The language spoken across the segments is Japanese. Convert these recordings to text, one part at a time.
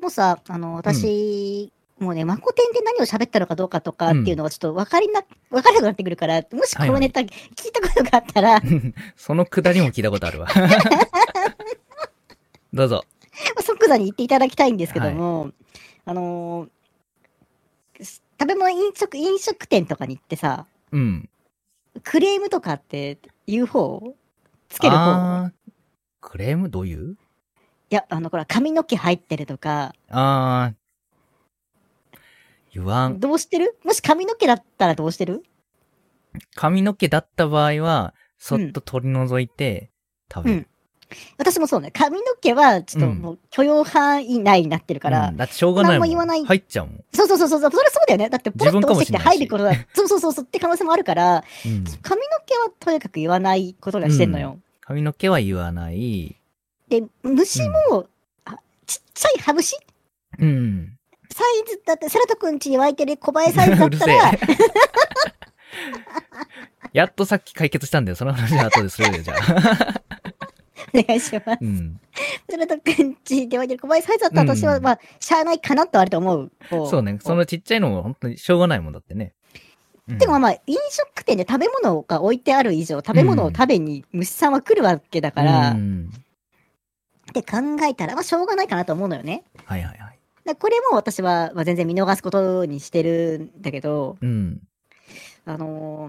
もうさ、あの、私、もうね、マコテンで何を喋ったのかどうかとかっていうのがちょっと分かりな、分からなくなってくるから、もしこのネタ聞いたことがあった ら、もそのくだりも聞いたこと あるわ。どうぞ。う即座に言っていただきたいんですけども、あのーす食べ物飲食、飲食店とかに行ってさ、うん。クレームとかって言う方つつける方クレームどういういや、あの、ほら、髪の毛入ってるとか、あー。言わん。どうしてるもし髪の毛だったらどうしてる髪の毛だった場合は、そっと取り除いて食べる。私もそうね、髪の毛はちょっとうんもう許容範囲内になってるから、うんだってしょうがない何もん。も言わない入っちゃうもん。そうそうそうそう、それそうだよね。だってポロッと落ちてきて入る自ことだ、そうそうそうそうって可能性もあるから、うん髪の毛はとにかく言わないことがしてんのよ。髪の毛は言わない。で、虫も、あちっちゃい歯虫うん。サイズだって、セラト君家に湧いてる小林サイズだうっるたせら、え。 やっとさっき解決したんだよ。その話は後でするよ、じゃあ。お願いします。うん。セラト君家で湧いてる小林サイズだったら私うんは、うんまあ、しゃあないかなとあると思う。こそうね。そのちっちゃいのも本当にしょうがないもんだってね。うんでもまあ、飲食店で食べ物が置いてある以上、食べ物を食べに虫さんは来るわけだから、うっんて考えたら、まあ、しょうがないかなと思うのよね。はいはいはい。だからこれも私は、まあ、全然見逃すことにしてるんだけど、うん。あのー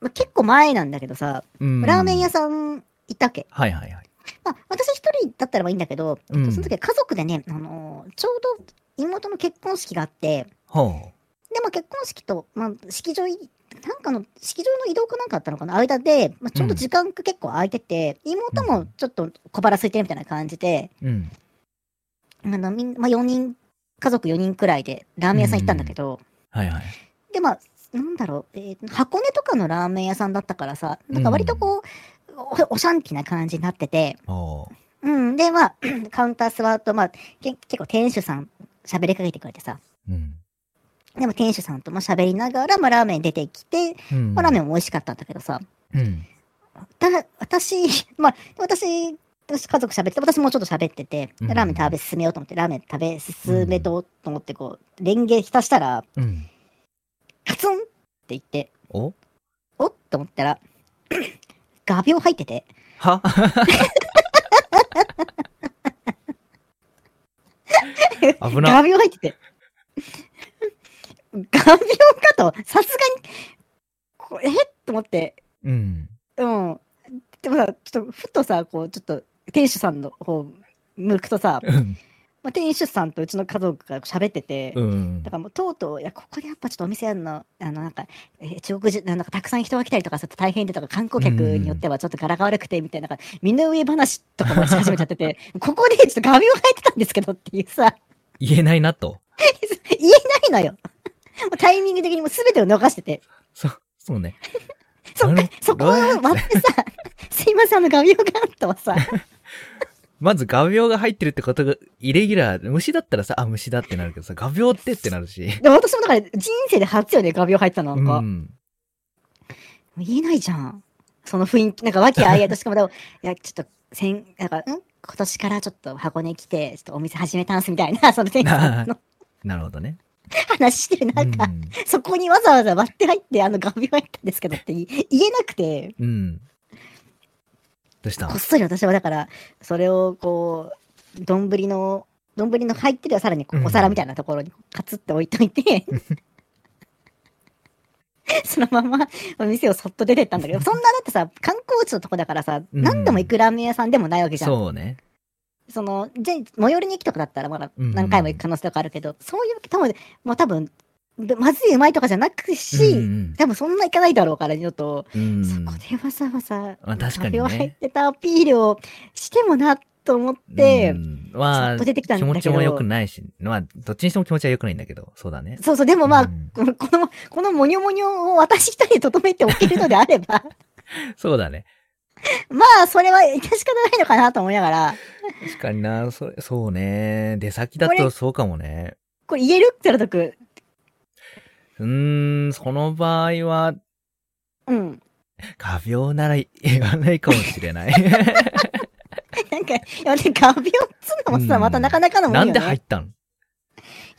まあ、結構前なんだけどさ、うんラーメン屋さん行ったっけ、はいはいはい。まあ、私一人だったらまあいいんだけど、えっうとんその時は家族でね、あのーちょうど妹の結婚式があって、ほでも結婚式と、まあ、式場い、なんかの、式場の移動かなんかあったのかな、間で、まあ、ちょうど時間が結構空いてて、妹もちょっと小腹空いてるみたいな感じで、う。うん。あのみんまあ、4人、家族4人くらいでラーメン屋さん行ったんだけど、はいはい。で、まあ、なんだろう、えー箱根とかのラーメン屋さんだったからさ、なんか割とこう、おおしゃんきな感じになってて、ほうん、で、まあ、 カウンター座ると、まあ、け結構店主さん喋りかけてくれてさ、う。うん。でも店主さんとも喋りながら、まあ、ラーメン出てきて、うんまあ、ラーメンも美味しかったんだけどさ、うん。だ私、まあ、私、私家族喋ってて、私もちょっと喋ってて、うんでラーメン食べ進めようと思って、ラーメン食べ進めと、うと思って、こう、レンゲ浸したら、うん。カツンって言って、おおっと思ったら、 画鋲入ってて、 は危な。画鋲入って て。画鋲かと、さすがに、これえと思って、うん。うん。でもさ、ちょっと、ふとさ、こう、ちょっと、店主さんの方、向くとさ、うん。まあ、店主さんとうちの家族が喋ってて、うんだ。からもうとうとう、いや、ここでやっぱちょっとお店やるの、あの、なんか、えー中国人、なんかたくさん人が来たりとかすると大変でとか、観光客によってはちょっと柄が悪くて、みたいな、なんか身の上話とかもし始めちゃって て、ここでちょっと画面を入ってたんですけどっていうさ、言えないなと。言えないのよ。もうタイミング的にもう全てを逃してて、そ、そうね。そっかなるほ、どそこを割ってさ、 すいません、あの画面がとはさ、まず画鋲が入ってるってことが、イレギュラー、虫だったらさ、あ、虫だってなるけどさ、画鋲ってってなるし。でも私もだから人生で初よね、画面入ってたの、なんか。うん。言えないじゃん。その雰囲気、なんか和気あいあいとしかも、 でも、いや、ちょっと、せん、なんか、ん今年からちょっと箱根来て、ちょっとお店始めたんすみたい な、その店主さんのなるほどね。話してる中、うんそこにわざわざ割って入って、あの画鋲入ったんですけどって言い言えなくて、うん。どうしたこっそり私はだから、それをこう、丼の、丼の入ってるさらにこううんお皿みたいなところにカツって置いとい て、そのままお店をそっと出てったんだけど、そんなだってさ、観光地のとこだからさ、何度も行くラーメン屋さんでもないわけじゃん。そうね。その、じゃあ最寄りに行くとかだったらまだうんうん何回も行く可能性とかあるけど、そういう、多分、もう多分、でまずいうまいとかじゃなくし、うん多分そんな行かないだろうから、ちょっと、うんうんそこでわざわざ、まあ確かカにねフェを入ってたアピールをしてもなと思って、うんまそっあ、と出てきたん気だけど持ちも良くないし、まあ、どっちにしても気持ちは良くないんだけど、そうだね。そうそう、でもまあ、うんこのこの、このもにょもにょを私一人でとどめておけるのであれば、 そうだね。まあ、それは致し方ないのかなと思いながら、確かにな、それ、そうね。出先だことれそうかもね。これ言えるってなったく、うーん、その場合は、うん。画鋲なら言わないかもしれない。なんか、いや、ね、画鋲っつうのもうさ、んまたなかなかのもんよなね。んで入ったのい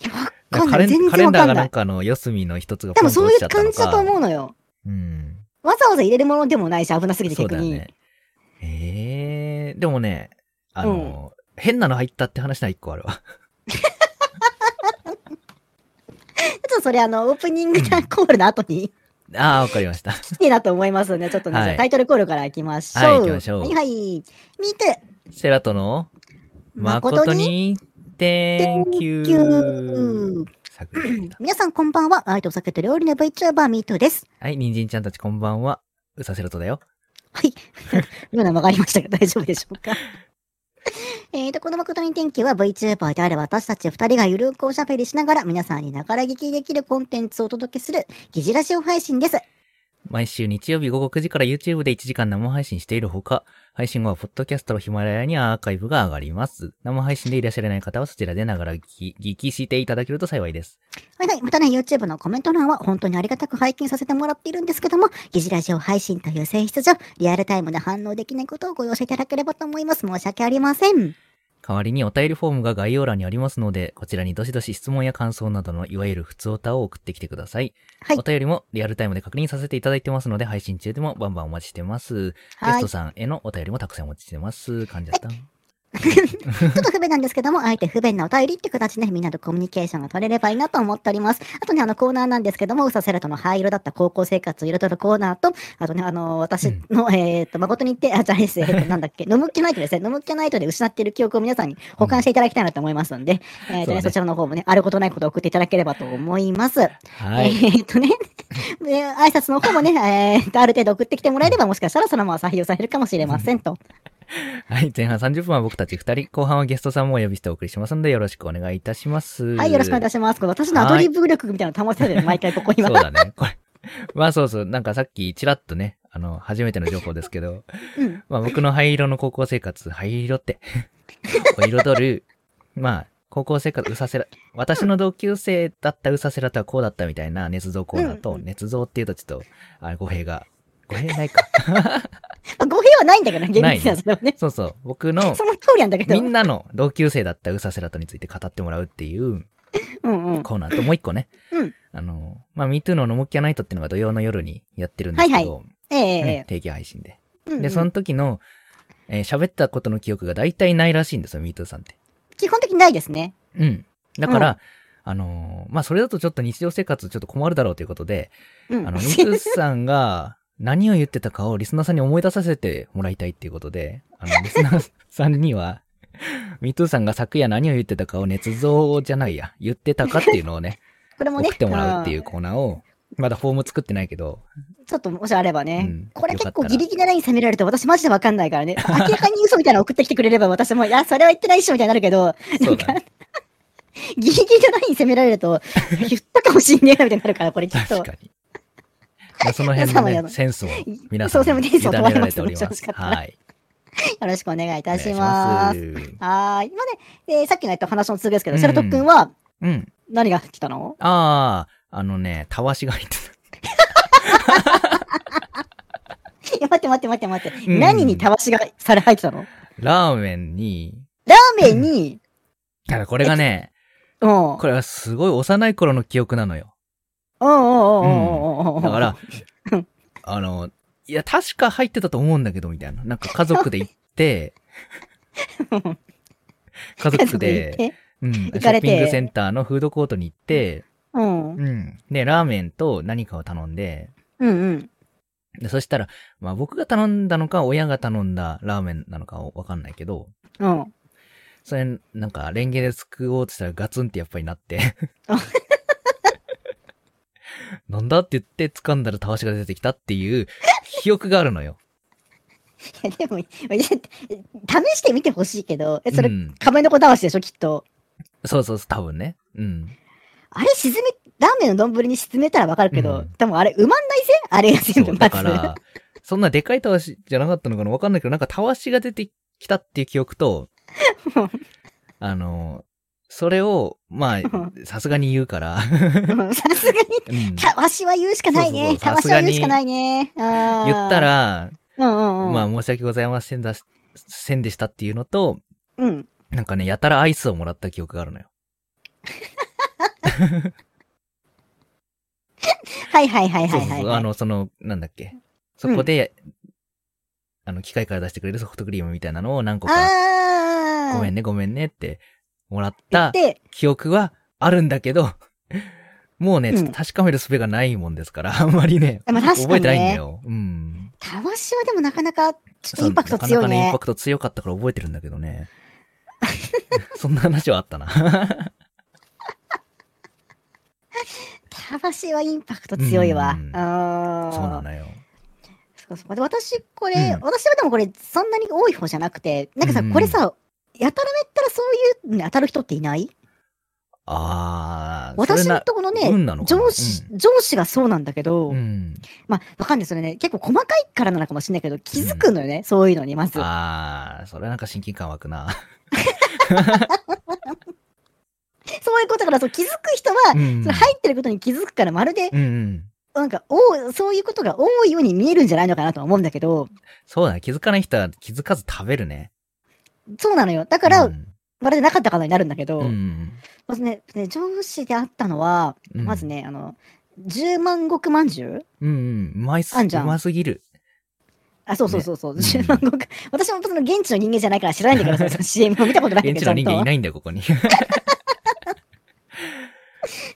や、わかんなレい。全ンカレ然わンダーかがんななんい。かの四隅の一つが多ポン分とそう落いちちゃうったの感か。じだと思うのよ。うん。わざわざ入れるものでもないし、危なすぎてそう逆だよに。ね。ええでもね、あの、変なの入ったって話なら一個あるわ。 ちょっとそれあの、オープニングうんコールの後に、ああ、わかりました。いいなと思いますので、ちょっとね、はいじゃあタイトルコールからいきましょう。はい行きましょうはいはい。ミートセラトの、誠に、Thank you! 桜井だ皆さんこんばんは。愛とお酒と料理の VTuber ミートです。はい、人参ちゃんたちこんばんは。うさセラトだよ。はい。今のは曲がりましたが大丈夫でしょうか。 えーと、この誠に天気は VTuber である私たち二人がゆるくおしゃべりしながら皆さんにながら聞きできるコンテンツをお届けする疑似ラジオ配信です。毎週日曜日午後9時から YouTube で1時間生配信しているほか、配信後はポッドキャストのヒマラヤにアーカイブが上がります。生配信でいらっしゃらない方はそちらでながら聞き、聞きしていただけると幸いです。はいはい。またね、YouTube のコメント欄は本当にありがたく拝見させてもらっているんですけども、疑似ラジオ配信という性質上、リアルタイムで反応できないことをご容赦いただければと思います。申し訳ありません。代わりにお便りフォームが概要欄にありますので、こちらにどしどし質問や感想などのいわゆる普通歌を送ってきてください。はいお便りもリアルタイムで確認させていただいてますので、配信中でもバンバンお待ちしてます。ゲはスいト。さんへのお便りもたくさんお待ちしてます。感じゃった。ちょっと不便なんですけども、あえて不便なお便りって形で、みんなとコミュニケーションが取れればいいなと思っております。あとね、あのコーナーなんですけども、うさせらとの灰色だった高校生活を彩るコーナーと、あとね、あの、私の、えーっと、誠に言って、あ、じゃあ、えー っと、なんだっけ、飲むっけナイトですね。飲むっけナイトで失っている記憶を皆さんに保管していただきたいなと思いますんで、えーっとそうね、ねそちらの方もね、あることないことを送っていただければと思います。はい。えーっとね、 で挨拶の方もね、えーっと、ある程度送ってきてもらえれば、もしかしたらそのまま採用されるかもしれませんと。はい。前半30分は僕たち2人、後半はゲストさんもお呼びしてお送りしますので、よろしくお願いいたします。はい、よろしくお願いいたします。この私のアドリブ力みたいなの保ててる、毎回ここには。そうだね。これ。まあそうそう。なんかさっきちらっとね、あの、初めての情報ですけど、うん。まあ僕の灰色の高校生活、灰色って、 を彩る、まあ、高校生活、うさせら、私の同級生だったうさせらとはこうだったみたいな、捏造コーナーうんと、うん捏造っていうとちょっと、あ、語弊が、語弊ないか。 まあ語弊はないんだけどね、厳密にはないそれはね。そうそう。僕のそ、の通りなんだけど。みんなの同級生だったうさせらとについて語ってもらうっていう、うんうん。コーナーともう一個ね。うんあの、まあ、MeToo ののもっきゃナイトっていうのが土曜の夜にやってるんですけど、はいはえねえ定期配信で。うんうんで、その時の、えー喋ったことの記憶が大体ないらしいんですよ、MeToo さんって。基本的にないですね。うん。だから、あのーまあ、それだとちょっと日常生活ちょっと困るだろうということで、うん。あの、MeToo さんが何を言ってたかをリスナーさんに思い出させてもらいたいっていうことで、あ の、リスナーさんには、MeToo さんが昨夜何を言ってたかを捏造じゃないや、言ってたかっていうのをね、 これもね、送って もらうっていんうコーナーを、まだフォーム作ってないけど、ちょっともしあればうねん。これ結構よかったらギリギリなライン攻められると私マジでわかんないからね。明らかに嘘みたいなの送ってきてくれれば私も、いや、それは言ってないっしょみたいになるけど、 そうだね。ギリギリなライン攻められる と、言ったかもしんねえなみたいになるから、これちょっ確と。かに。 まあその辺皆の様やね、のセンスを皆さそんうでもにね委ねられておりそう思いま。ますすはい。よろしくお願いいお願たいします。しますはーい。今ね、でさっきのやった話の続きですけど、うんセラト君はうん。何が来たの ああ、あのね、たわしが入ってた。いや、待って待って待って待って。うん何にたわしが皿入ってたのラーメンに、ラーメンに、ただこれがね、うん。これはすごい幼い頃の記憶なのよ。うんうんうんうんうんうん。だからうん、あの、いや、確か入ってたと思うんだけど、みたいな。なんか家族で行って、うん、家家族族でで行っ、て。うん、ショ行かれッてピングセンターのフードコートに行って、うん。うんうん。で、ラーメンと何かを頼んで、うん。で、そしたら、まあ僕が頼んだのか、親が頼んだラーメンなのかわかんないけど、うん。それ、なんか、レンゲで救おうとしたらガツンってやっぱりなってあ。 なんだって言って掴んだらたわしが出てきたっていう記憶があるのよ。いや、でも、いや試してみてほしいけど、え、それ、うん。仮面の子だわしでしょ、きっと。そうそうそう、多分ね。うん。あれ、沈め、ラーメンの丼に沈めたらわかるけど、うん多分あれ、埋まんないぜ あれが全そ部、う、まだず。から、そんなでかいたわしじゃなかったのかなわかんないけど、なんかたわしが出てきたっていう記 憶と、あの、それを、ま あん、さすがに言うから、 うんさすがに、うんたわしは言うしかないね。そたうそうそうわしは言うさすがにしかないね。言言った、ら、うんうんうん。まあ、申し訳ございませんだし、せんでしたっていうのと、うん。なんかね、やたらアイスをもらった記憶があるのよ。はいはいはいはそういそうはいそう。はい。あの、その、なんだっけ。そこで、あの、機械から出してくれるソフトクリームみたいなのを何個か、あーごめんね、ごめんねって、もらっ言ったて、記憶はあるんだけど、 もうね、うんちょっと確かめる術がないもんですから、 あんまりね、まあ確かにね覚えてないんだよ。うん。たわしはでもなかなか、ちょっとそうインパクト強いなかなかね、インねパ。クト強かったから覚えてるんだけ どね。そんな話はあったな。たわしはインパクト強いわ。うんあーそうなのよ。そうそうで私、これ、うん私はでもこれ、そんなに多い方じゃなくて、なんかさ、うんうんこれさ、やたらめったらそういうのに当たる人っていないあー、それ私のなとこのね、運なのかな上司、上司がそうなんだけど、うん。まあ、わかんない、それね、結構細かいからなのかもしれないけど、気づくのよね、そういうのに、まず。あー、それはなんか親近感湧くな。そういうことだから、そう気づく人は、うんそれ入ってることに気づくから、まるで、うんうん。なんか、おうそういうことが多いように見えるんじゃないのかなとは思うんだけど、そうだね。気づかない人は気づかず食べるね。そうなのよ。だだから、うまんるでなかったからになるんだけど、うんまずね、ね上司であったのは、うんまずね、あの、十万石まんじゅううん。うんうん。うまいす、あうんじゃんまぎすぎる。あ、そうそうそうそう、ね十万石。私もその現地の人間じゃないから知らないんだけど、 そのその CM を見たことないんだけ現地ど、の人ち間いゃんとないんだよ、ここに。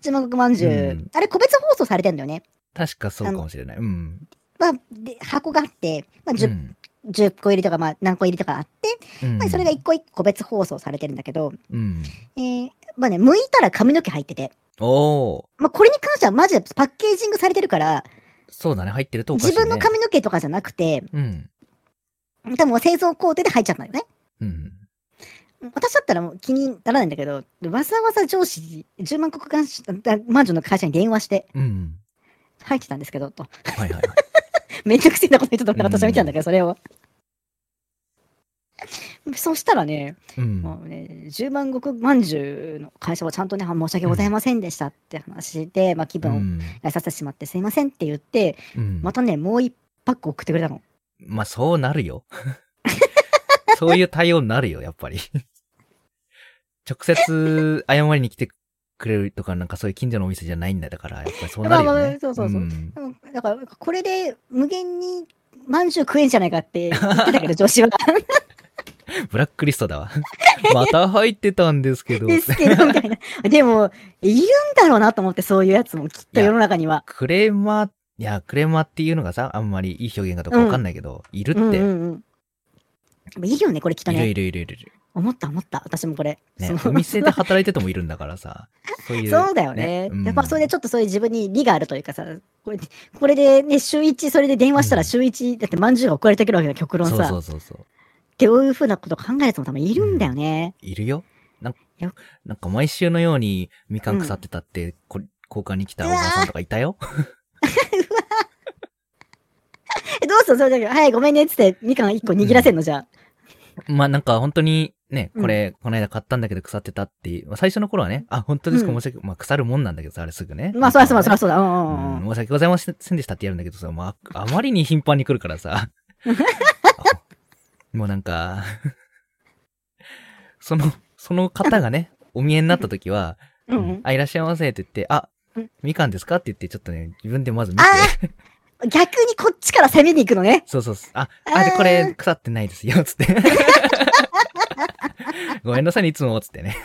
十万石まんじゅう、うんあれ、個別放送されてんだよね。確かそうかもしれない。うん。まあ、で箱があって、まあう 10, ん10個入りとか、まあ、何個入りとかあって、うんまあ、それが一個一個個別放送されてるんだけど、うん。えーまあね、剥いたら髪の毛入ってて、おー。まあ、これに関してはマジでパッケージングされてるから、そうだね。入ってるとおかしい、自ね。分の髪の毛とかじゃなくて、うん。多分製造工程で入っちゃったのよね。うん。私だったらもう気にならないんだけど、わざわざ上司、10万国間マンションの会社に電話してうん。入ってたんですけど、と。はいはいはい。めんどくせえなこと言ってたからうん私は見てたんだけど、それを。そしたらね、う ん。もうね、10万石まんじゅうの会社はちゃんとね、あ申し訳ございませんでしたって話で、まあ気う分をん。害させてしまってすいませんって言って、うんまたね、もう一パック送ってくれたの。まあ、そうなるよ。 そういう対応になるよ、やっぱり。直接謝りに来てくれるとか、なんかそういう近所のお店じゃないんだだから、やっぱりそうなるよまあまねあ。そうそうそうんでもだから、これで無限にまんじゅう食えんじゃないか って言ってたけど、女子は。ブラックリストだわ。 また入ってたんですけど。ですけど、みたいな。でも、いるんだろうなと思って、そういうやつも、きっと世の中には。クレーマー、いや、クレーマーっていうのがさ、あんまりいい表現かどうかわかんないけど、いるって、うんうんうん。でもいいよね、これきっといるね。いるいるいるいる。思った思った。私もこれ。ねそう、お店で働いててもいるんだからさ。そういう。そうだよね。うんやっぱそれでちょっとそういう自分に利があるというかさ、これこれでね、週一、それで電話したうらん週一、だってまんじゅうが送られてくるわけだ、極論さ。そうそうそうそう。っていうふうなこと考えるやつも多分いるんだよね。いるよ。なんかよ、なんか毎週のようにみかん腐ってたって、こ交換に来たおばさんとかいたよ。え、どうするそれだけど、はい、ごめんね、っつって、みかん一個握らせんの、じゃあ。 まあなんか本当にね、うんこれ、この間買ったんだけど腐ってたって、まあ最初の頃はね、あ、本当ですかうん申し訳、まあ腐るもんなんだけどさ、あれすぐね。まあ、そらそらそなんらかそうだ。うんねうんうん。うん申し訳ございませんでしたってやるんだけどさ、まあ、あまりに頻繁に来るか らさ。もうなんか、その、その方がね、お見えになった時は、うんうんあ、いらっしゃいませって言って、あうん、みかんですかって言って、ちょっとね、自分でまず見てあ、逆にこっちから攻めに行くのね。そうそうそう。あ、ああ、ーで、これ、腐ってないですよ、つ って。ごめんなさいね、いつも、つってね。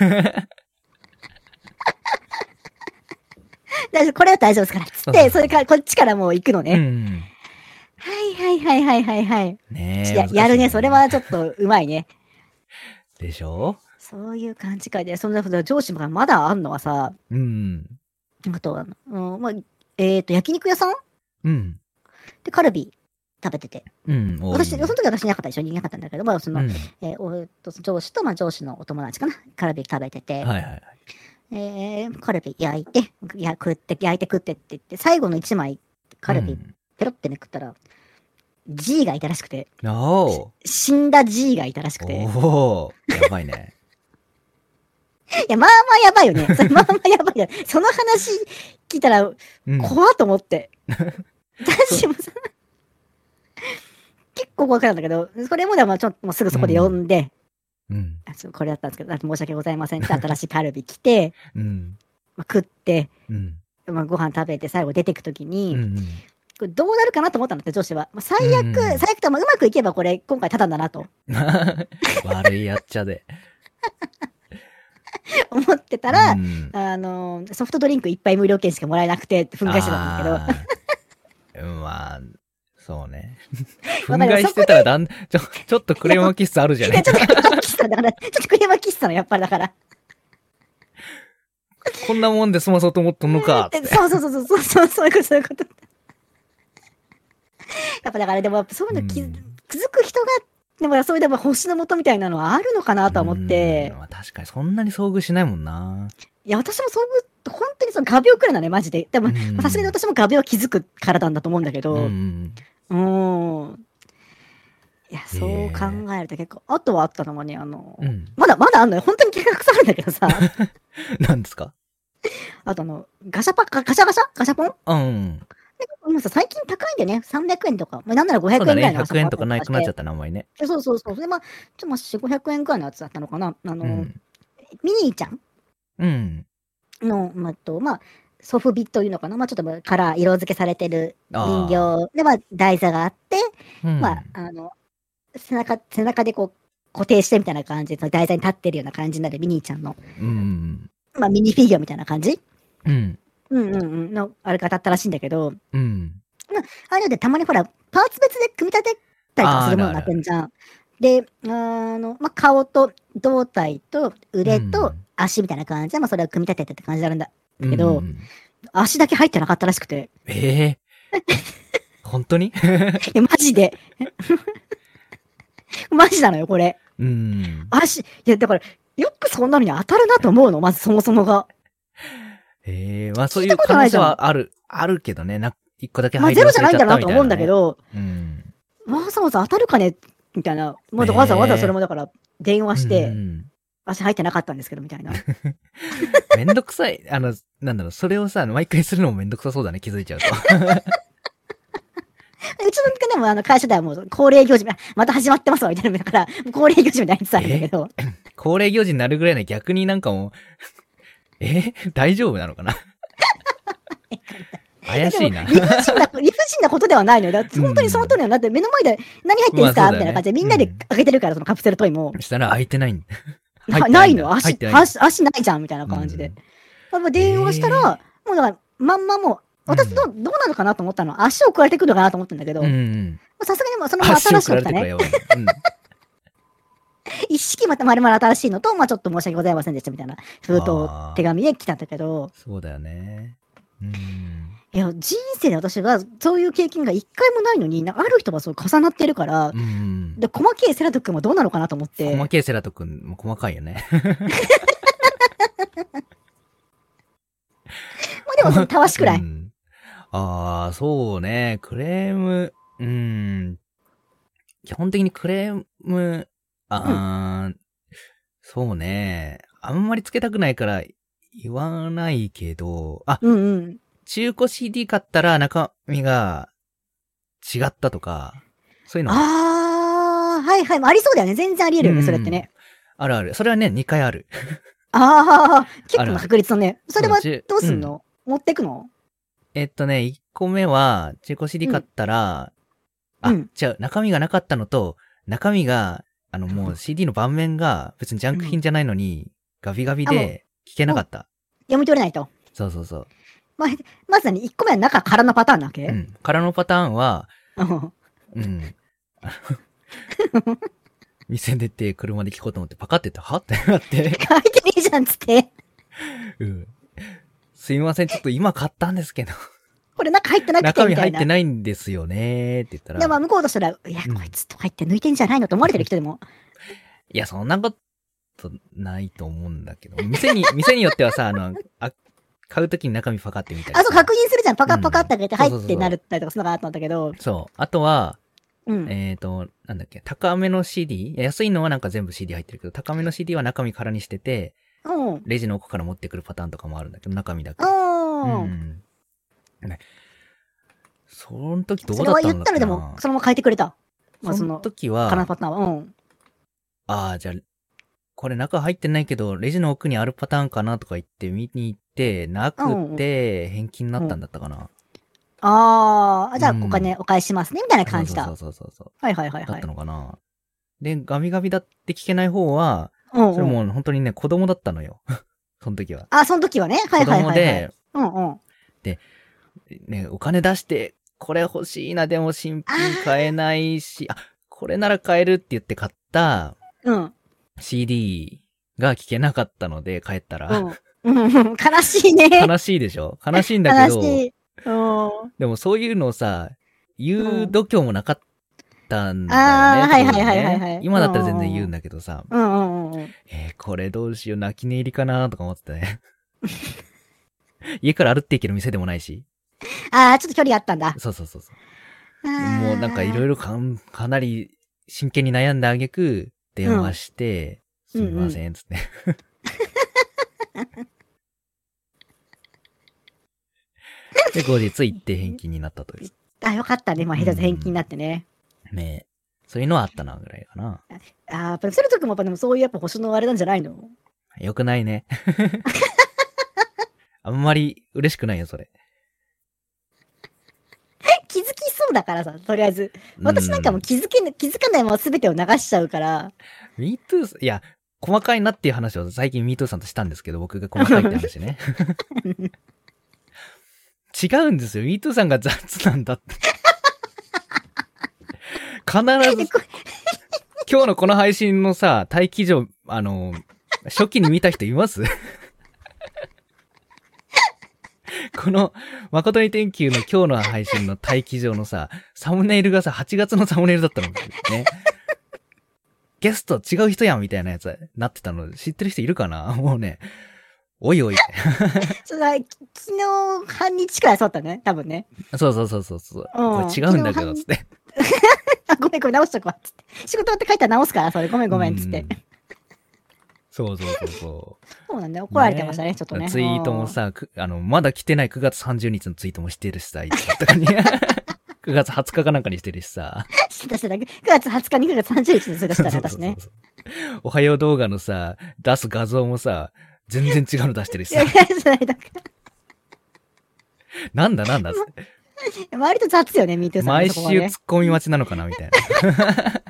大丈夫、これは大丈夫ですから。つっそうて、それからこっちからもう行くのうね。ん。はいはいはいはいはいはい。ねえ。や難しいやるね、それ。はちょっとうまいね。でしょそういう感じかで、そんなこと上司がまだあんのはさ、うん。あとは、あのまあ、えっ、と、焼肉屋さんうん。でカルビ食べてて。うん。お私、そいいのね時は私いなかった、一緒にいなかったんだけど、まあ、その、うんえーおえーと上司と、まあ、上司のお友達かな、カルビ食べてて、はいはいはい。えーカルビ焼いて、や食って、焼いて食ってって言って、最後の一枚、カルビペロってめくったら、G がいたらしくて、うん。お死んだ G がいたらしくー。て。おー。やばいね。いや、まあまあやばいよ ね。それまあまあやばいよ。その話聞いたら、うん。怖っと思 って。私もさ、結構怖くなるんだけど、それもでもちょっともうすぐそこで呼んで、うん。あちょっとこれだったんですけど、あ申し訳ございませんって新しいカルビ来て、うん。まあ食って、うん。まあ、ご飯食べて最後出てくときうに、んうん。 これどうなるかなと思ったんだって、上司は。まあ、最悪、うん最悪とまあうまくいけばこれ、今回ただだ なと悪いやっちゃで。思ってたら、うんあの、ソフトドリンクいっぱい無料券しかもらえなくて、憤慨してたんだけど、けど。まあ、そ うね。わ憤かる慨してたらだん、ちょ、ちょっとクレヨンキッスあるじゃいなやいちょっとクレバ喫茶だから、ちょっとクレバ喫茶のやっぱりだから。こんなもんで済まそうと思ったのか。えそうそうそうそうそう、そういうこと、そういうこと。 やっぱだから、でもやっぱそういうの気づ、うん気づく人が、でもそういうでも星の元みたいなのはあるのかなとは思ってうん、まあ確かにそんなに遭遇しないもんな。いや、私もそういう、本当にその画鋲くらいなのね、マジで。でも、うんまあさすがに私も画鋲気づくからなんだと思うんだけど、ううんん。ん。いや、そうえー考えると結構、あとはあったのもね、あの、うん。まだまだあんのよ。本当に計画さあるんだけどさ。 何ですかあとあの、ガシャパッ、ガシャガシャガシャポンうん。でもさ、最近高いんだよね。300円とか。まあ、なんなら500円そうぐらいのだね。ガシャポ100ン円あたとりかなくなっちゃしったな、あんまりね。てそうそうそう。で、まあ、ちょっと4、500円ぐらいのやつだったのかな。あの、うん。ミニーちゃんうん。の、まあ、と、まあ、ソフビというのかな。まあ、ちょっとまあカラー、色付けされてるあ人ー。形で、まあ、台座があって、うんまあ、あの、背中、背中でこう、固定してみたいな感じで、その台座に立ってるような感じになるミニーちゃんの、うん。まあ、ミニフィギュアみたいな感じうん。うんうんうん。の、あれが当たったらしいんだけど、うん。ああいうのでたまにほら、パーツ別で組み立てたりとかするものになってんじゃん。で、あの、まあ、顔と胴体と腕うとん足みたいな感じで、まあ、それを組み立ててって感じになるんだ。だけど、足だけ入ってなかったらしくて。ええ 本当にいやマジで。 マジなのよ、これ。うん。足、いや、だから、よくそんなのに当たるなと思うの、まずそもそもが。ええまあそう聞いいたうこと可な能いじ性ゃんはある、あるけどね。な、一個だけまあ、入ゼロじゃないんだろうなと思うんだけど。ど、うん。わざわざ当たるかねみたいな。まだわざわざそれもだから、電話しうて、ん足入ってなかったんですけど、みたいな。 めんどくさい。 あの、なんだろう、それをさ、毎回するのもめんどくさそうだね、気づいちゃうと。 うちのでもあの会社ではもう恒例行事みたいな、また始まってますわみたいな、だから恒例行事みたいなやつあるんだけど、恒例行事になるぐらいの逆になんかもう、 え大丈夫な のかな怪しいな。理不尽 な、理不尽なことではないのよ。だって本当にその通りなのだって目の前で何入ってるんですか、まあそうだよねみたいな感じでみんなで開けてるから、そのカプセルトイも。したら空いてないんだ。な入ってなないいんだの入っ足てないんだ足、足ないじゃんみたいな感じで。まあ電話したら、えーもうだから、まんまもう、私どうどうなのかなと思ったの。足を加えてくるのかなと思ったんだけど、うん。うもんううん。さすがにもうそのまま足新をし食らかっれたてからね。やばい。うん一式また丸々新しいのと、まあちょっと申し訳ございませんでしたみたいな、封筒あー手紙で来たんだけど、そうだよね。うん。いや、人生で私がそういう経験が一回もないのに、なんかある人はそう重なってるからう、ん。で、細けいセラト君はどうなのかなと思って、細けいセラト君も細かいよね。まあでもその、たわしくらうい。んああ、そうね。クレーム、うん。基本的にクレーム、あー、そうね。あんまりつけたくないから言わないけど、あ、うんうん。中古 CD 買ったら中身が違ったとか、そういうのあー、はいはい。まあありそうだよね。全然あり得るよね、うんそれってね。あるある。それはね、2回ある。あー、結構あるな確率のね。それはその中どうすんの、持ってくのえっとね、1個目は、中古 CD 買ったら、うんうあん、違う、中身がなかったのと、中身が、あのもう CD の盤面が別にジャンク品じゃないのに、ガビガビあもうで聞けなかった。読み取れないと。そうそうそう。まあ、まずに1個目は中空のパターンなわけ、うん。からのパターンは、 うんうん。あの店出て車で聞こうと思ってパカって言って、はってなって、書いてねえじゃんっつって。うん。すみません、ちょっと今買ったんですけど、これ中入ってなくて中み身た入いっな。てないんですよねって言ったら。でまあ向こうとしたら、いや、うんこいつとか言って抜いてんじゃないのと思われてる人でも。いや、そんなことないと思うんだけど。店に、 店によってはさ、あの、あ買うときに中身パカってみたいな。あ、そう、確認するじゃん。パカうんパカって開けて、そう入そうそうってなるったりとかするのかなと思ったけど。そう。あとは、うん。えっ、と、なんだっけ、高めの CD? いや安いのはなんか全部 CD 入ってるけど、高めの CD は中身空にしてて、うん。レジの奥から持ってくるパターンとかもあるんだけど、中身だけ。う。うんん。ね。その時どうそだっれたはんだろう言ったらでも、そのまま変えてくれた。まあそそのの、時カナは、パターンは。うん。ああ、じゃあ、これ中入ってないけど、レジの奥にあるパターンかなとか言って見に行って、なくて、返金になったんだったかな。ああ、じゃあうんお金お返ししますね、みたいな感じだ。そうそうそうそうはいはいはいだはっいた。のかな。で、ガミガミだって聞けない方は、うんそれうんもう本当にね、子供だったのよ。 その時は。あ、その時はね。はい子はいはい、供はい。で、うんうん。ね、お金出して、これ欲しいな、でも新品買えないし、あ、これなら買えるって言って買ったうん。 CD が聞けなかったので、帰ったら。うん。うん、悲しいね。 悲しいでしょ悲しいんだけど悲、しい。うん。でもそういうのをさ、言う度胸もなかったんだうんあよね。ーはい当時ねはいはいはいはい今だったら全然言うんだけどさ、うんうんうんうん。えーこれどうしよう、泣き寝入りかなとか思ってたね。 家から歩っていける店でもないし。ああ、ちょっと距離あったんだ。そうそうそうそう。ももうなんかいろいろかん、かなり真剣に悩んだあげく、電話して、うんすみません、つ って。で、後日行って返金になったという。あ、よかったね。まあ、下手ず返金になってね。ねそういうのはあったな、ぐらいかな。ああー、やっぱり、それとくもやっぱでもそういうやっぱ星のあれなんじゃないのよくな いね。あんまり嬉しくないよ、それ。気づきそうだからさ、とりあえず。私なんかも気づけな、気づかないまま全てを流しちゃうから。うん。ミートゥー、いや、細かいなっていう話を最近ミートゥーさんとしたんですけど、僕が細かいって話ね。違うんですよ。ミートゥーさんが雑なんだって。必ずえ、こ今日のこの配信のさ、待機所、あの、初期に見た人いますこの、誠に天球の今日の配信の待機場のさ、サムネイルがさ、8月のサムネイルだったの。ね。ゲスト違う人やんみたいなやつなってたの知ってる人いるかな もうね、おいおい。 それはき昨日半日くらいそうだったね。多分ね。そうそうそうそうそう。うんこれ違うんだけど、つって。あ、ごめんごめん、直しとくわ。つって。仕事終わって帰ったら直すから、それ。ごめんごめん、つっうて。。そうそうそうそう。そうなんだよ。怒られてましたね、ちょっとね。ツイートもさ、くあの、まだ来てない9月30日のツイートもしてるしさ、いつだった かに。9月20日かなんかにしてるしさ。うん。してたしてた。9月20日に9月30日にそれ出したね、私ね。 そうそうそうそうおはよう動画のさ、出す画像もさ、全然違うの出してるしいやさい。や、それだかなんだなんだっつっら割と雑よね、ミートてゥーさんの毎と週こはね突っ込み待ちなのかなみたいな。なんか、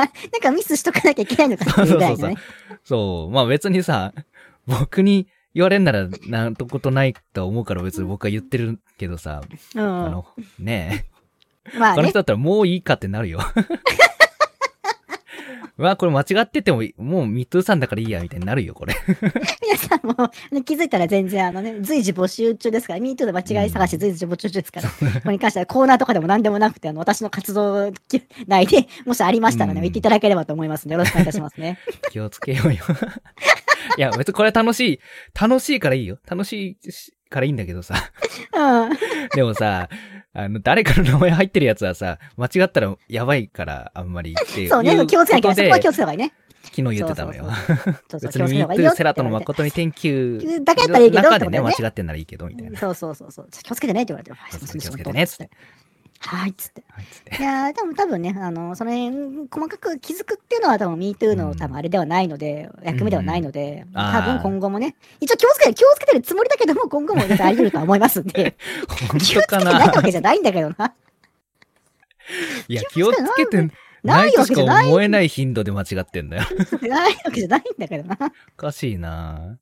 なんかミスしとかなきゃいけないのか みたいなね。そう。まあ別にさ、 僕に言われんならなんとことないとは思うから別に僕は言ってるけどさ、うあん。の、ねえ。まあ他のね人。だったらもういいかってなるよ。 まあこれ間違ってても、もうミッドさんだからいいや、みたいになるよ、これ。 皆さんもね気づいたら全然あのね、随時募集中ですから、ミートで間違い探し随時募集中ですから、これに関してはコーナーとかでも何でもなくて、あの、私の活動内で、もしありましたらうね、ん言っていただければと思いますので、よろしくお願いいたします ね。気をつけようよ。 いや、別にこれは楽しい。楽しいからいいよ。楽しいしからいいんだけどさ。 うん。でもさ、あの、誰かの名前入ってるやつはさ、間違ったらやばいから、あんまりっていう。そうね、気をつけなきゃいけない。そこは気をつつけた方がいいね。け昨日言ってたのよそう。そうそうそう別そうに気をつけた方 Me がいいよ Too セラトのって誠に Thank you だけだったらいいけど中でね、ってこと間ね違ってんならいいけど、みたいな。そうそうそうそう。気をつけてねって言われて、はい、すいません気をつけてねっつって。はい、つって。はいつっていやーでも多分ね、あの、その辺、細かく気づくっていうのは多分 MeToo うのん多分あれではないので、役目ではないので、あー多分今後もね、一応気をつけて、気をつけてるつもりだけども、今後も絶対あり得るとは思いますん で、本気をつけ当かて ないなわけじゃないんだけどな。いや、気をつけてなないいとわしけかじゃない思えない頻度で間違ってんだよ。ないわけじゃないんだけどな。おかしいな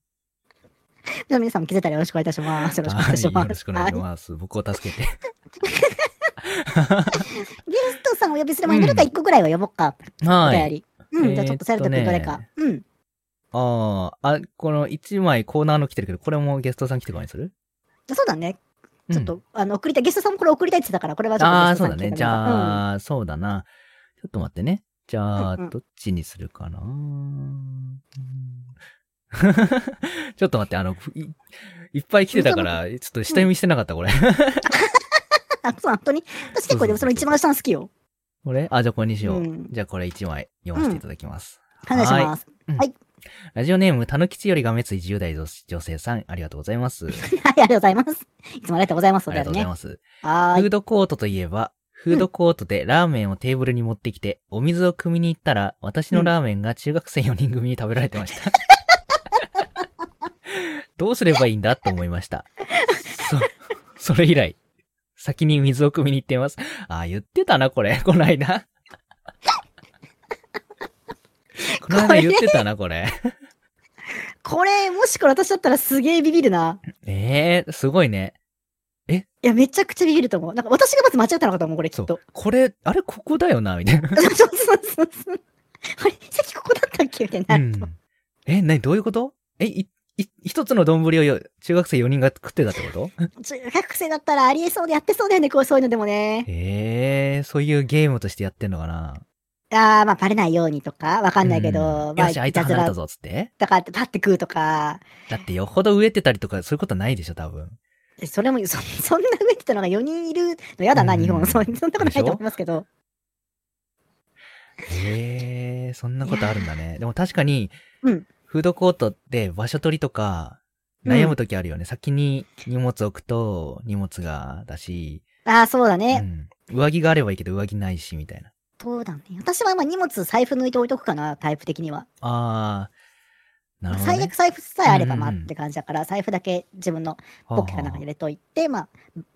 じゃあ皆さんも気づいたらよろしくお願いいたします。よろしくお願はいいしよます。ろしくお願いしはます。僕を助けて。いゲストさんお呼びすればいいんでうん誰か一個ぐらいは呼ぼっか、おは便い。り。うん、じゃえーっとねあちょっとセルト君どれか。うん。ああ、あ、この1枚コーナーの来てるけど、これもゲストさん来てからにするそうだね。ちょっと、うんあの、送りたい、ゲストさんもこれ送りたいって言ってたから、これはちょっとああ、ゲストそうさだんに聞いね。てじみようかうんゃあ、そうだな。ちょっと待ってね。じゃあ、うんうんどっちにするかなうん ちょっと待って、あの、いいっぱい来てたから、ちょっと下読みしてなかった、これ。あ、そう、本当に。私結構でもその一番下の好きよ。これあ、じゃあこれにしよう。うんじゃあこれ1枚読ませていただきます。お願いします。ラジオネーム、たぬきちよりがめつい10代女女性さん、ありがとうございます。 はい、ありがとうございます。いつもありがとうございます。ありがとうございます。す。はフーーい。ドコートといえば、フードコートでラーメンをテーブルに持ってきて、お水を汲みに行ったら、私のラーメンが中学生4人組に食べられてました。どうすればいいんだと思いました。そ、それ以来、先に水を汲みに行っています。あー、言ってたな、これ。この間。この間言ってたな、これ。これ、もしこれ私だったらすげえビビるな。ええー、すごいね。いや、めちゃくちゃビビると思う。なんか私がまず間違ったのかと思う、これきそっと う。。これ、あれ、ここだよな、みたいな。そうそうそうそう。あれ、さっきここだったっけみたいになうると。ん。え、なに、どういうことえ、い、い、一つの丼をよ中学生4人が食ってたってこと中学生だったらありえそうでやってそうだよね、こうそういうのでもね。ええー、そういうゲームとしてやってんのかなあー、まあバレないようにとか、わかんないけど、うんまよあ、し、あいいつたず離れらたぞ、つって。とかってパッて食うとか、だってよほど飢えてたりとか、そういうことないでしょ、多分。それも、そそんな上ってたのが4人いるのやだな、うん日本。そそんなことなでいしょと思いますけど。ええー、そんなことあるんだね。でも確かに、うんフードコートで場所取りとか、悩むときあるよね。先に荷物置くと、荷物が、だし、ああ、そうだうね。ん、上着があればいいけど、上着ないし、みたいな。そうだね。私はまあ荷物、財布抜いて置いとくかな、タイプ的には。ああ、なるほど、ね。最悪財布さえあればまあうんうんって感じだから、財布だけ自分のはあポッケかなんかに入れといて、まあ、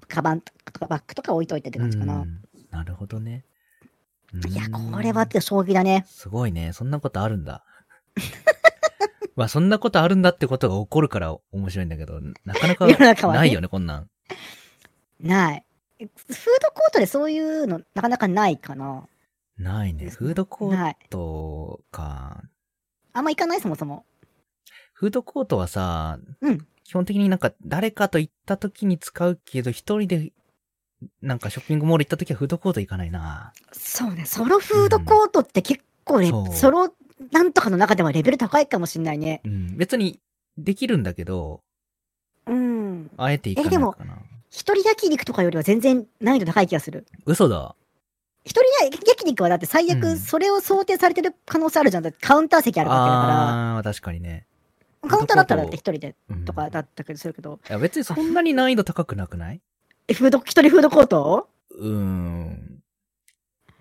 カバンとかバッグとか置いといてって感じかうな。んなるほどね。いや、うんこれはって将棋だね。すごいね。そんなことあるんだ。 まあ、そんなことあるんだってことが起こるから面白いんだけど、なかなか世の中はねないよね、こんなん。ない。フードコートでそういうのなかなかないかな。ないね。フードコーない。トか。あんま行かないそもそも。フードコートはさ、うん基本的になんか誰かと行った時に使うけど、一人でなんかショッピングモール行った時はフードコート行かないな。そうね、ソロフードコートって結構ね、そうソロなんとかの中ではレベル高いかもしんないね。うん。別にできるんだけど、うん。あえて行かないかな。一人焼肉とかよりは全然難易度高い気がする。嘘だ。一人焼肉はだって最う悪んそれを想定されてる可能性あるじゃん。だってカウンター席あるわけだかああー、確かにね。ら。カウンターだったらだって一人でうんとかだったりするけど。いや別にそんなに難易度高くなくないえ、フード、一人フードコートうーん。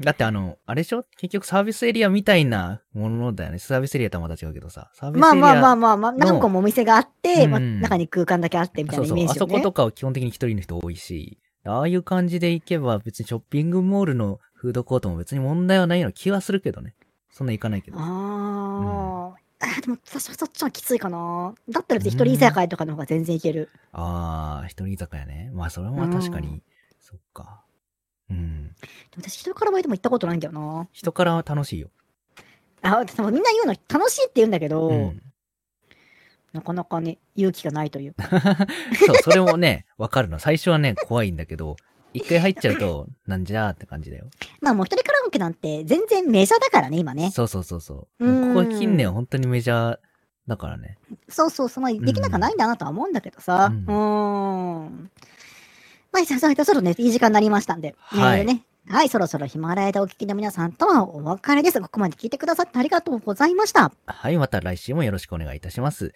だってあの、あれでしょ結局サービスエリアみたいなものだよね。サービスエリアとはまた違うけどさ。サービスエリまア。あまあまあまあまあ、何個もお店があって、うんまあ中に空間だけあってみたいそなうイそうメ。ーあジよそこねと。かは基本的に一人の人多いし、ああいう感じで行けば別にショッピングモールのフードコートも別に問題はないような気はするけどね。そんな行かないけど。あーあー。でも私はそっちはきついかな。だったら別に一人居酒屋とかの方が全然いける。ああ、一人居酒屋ね。まあそれは確かに、うそっか。うん。でも私人からバイトも行ったことないんだよな。人からは楽しいよ。あ、でもみんな言うの楽しいって言うんだけど、うんなかなかね、勇気がないというか。そう、それもね、わかるの。最初はね、怖いんだけど、一回入っちゃうと、なんじゃーって感じだよ。まあもう一人カラオケなんて全然メジャーだからね、今ね。そうそうそうそう。うんもうここは近年は本当にメジャーだからね。そうそうそう、まあできなくはないんだなとは思うんだけどさ。ううんん。ーんまあ、じゃあそれではちょっとね、いい時間になりましたんで。はいメールね。はい、そろそろヒマラヤでお聞きの皆さんとはお別れです。ここまで聞いてくださってありがとうございました。はい、また来週もよろしくお願いいたします。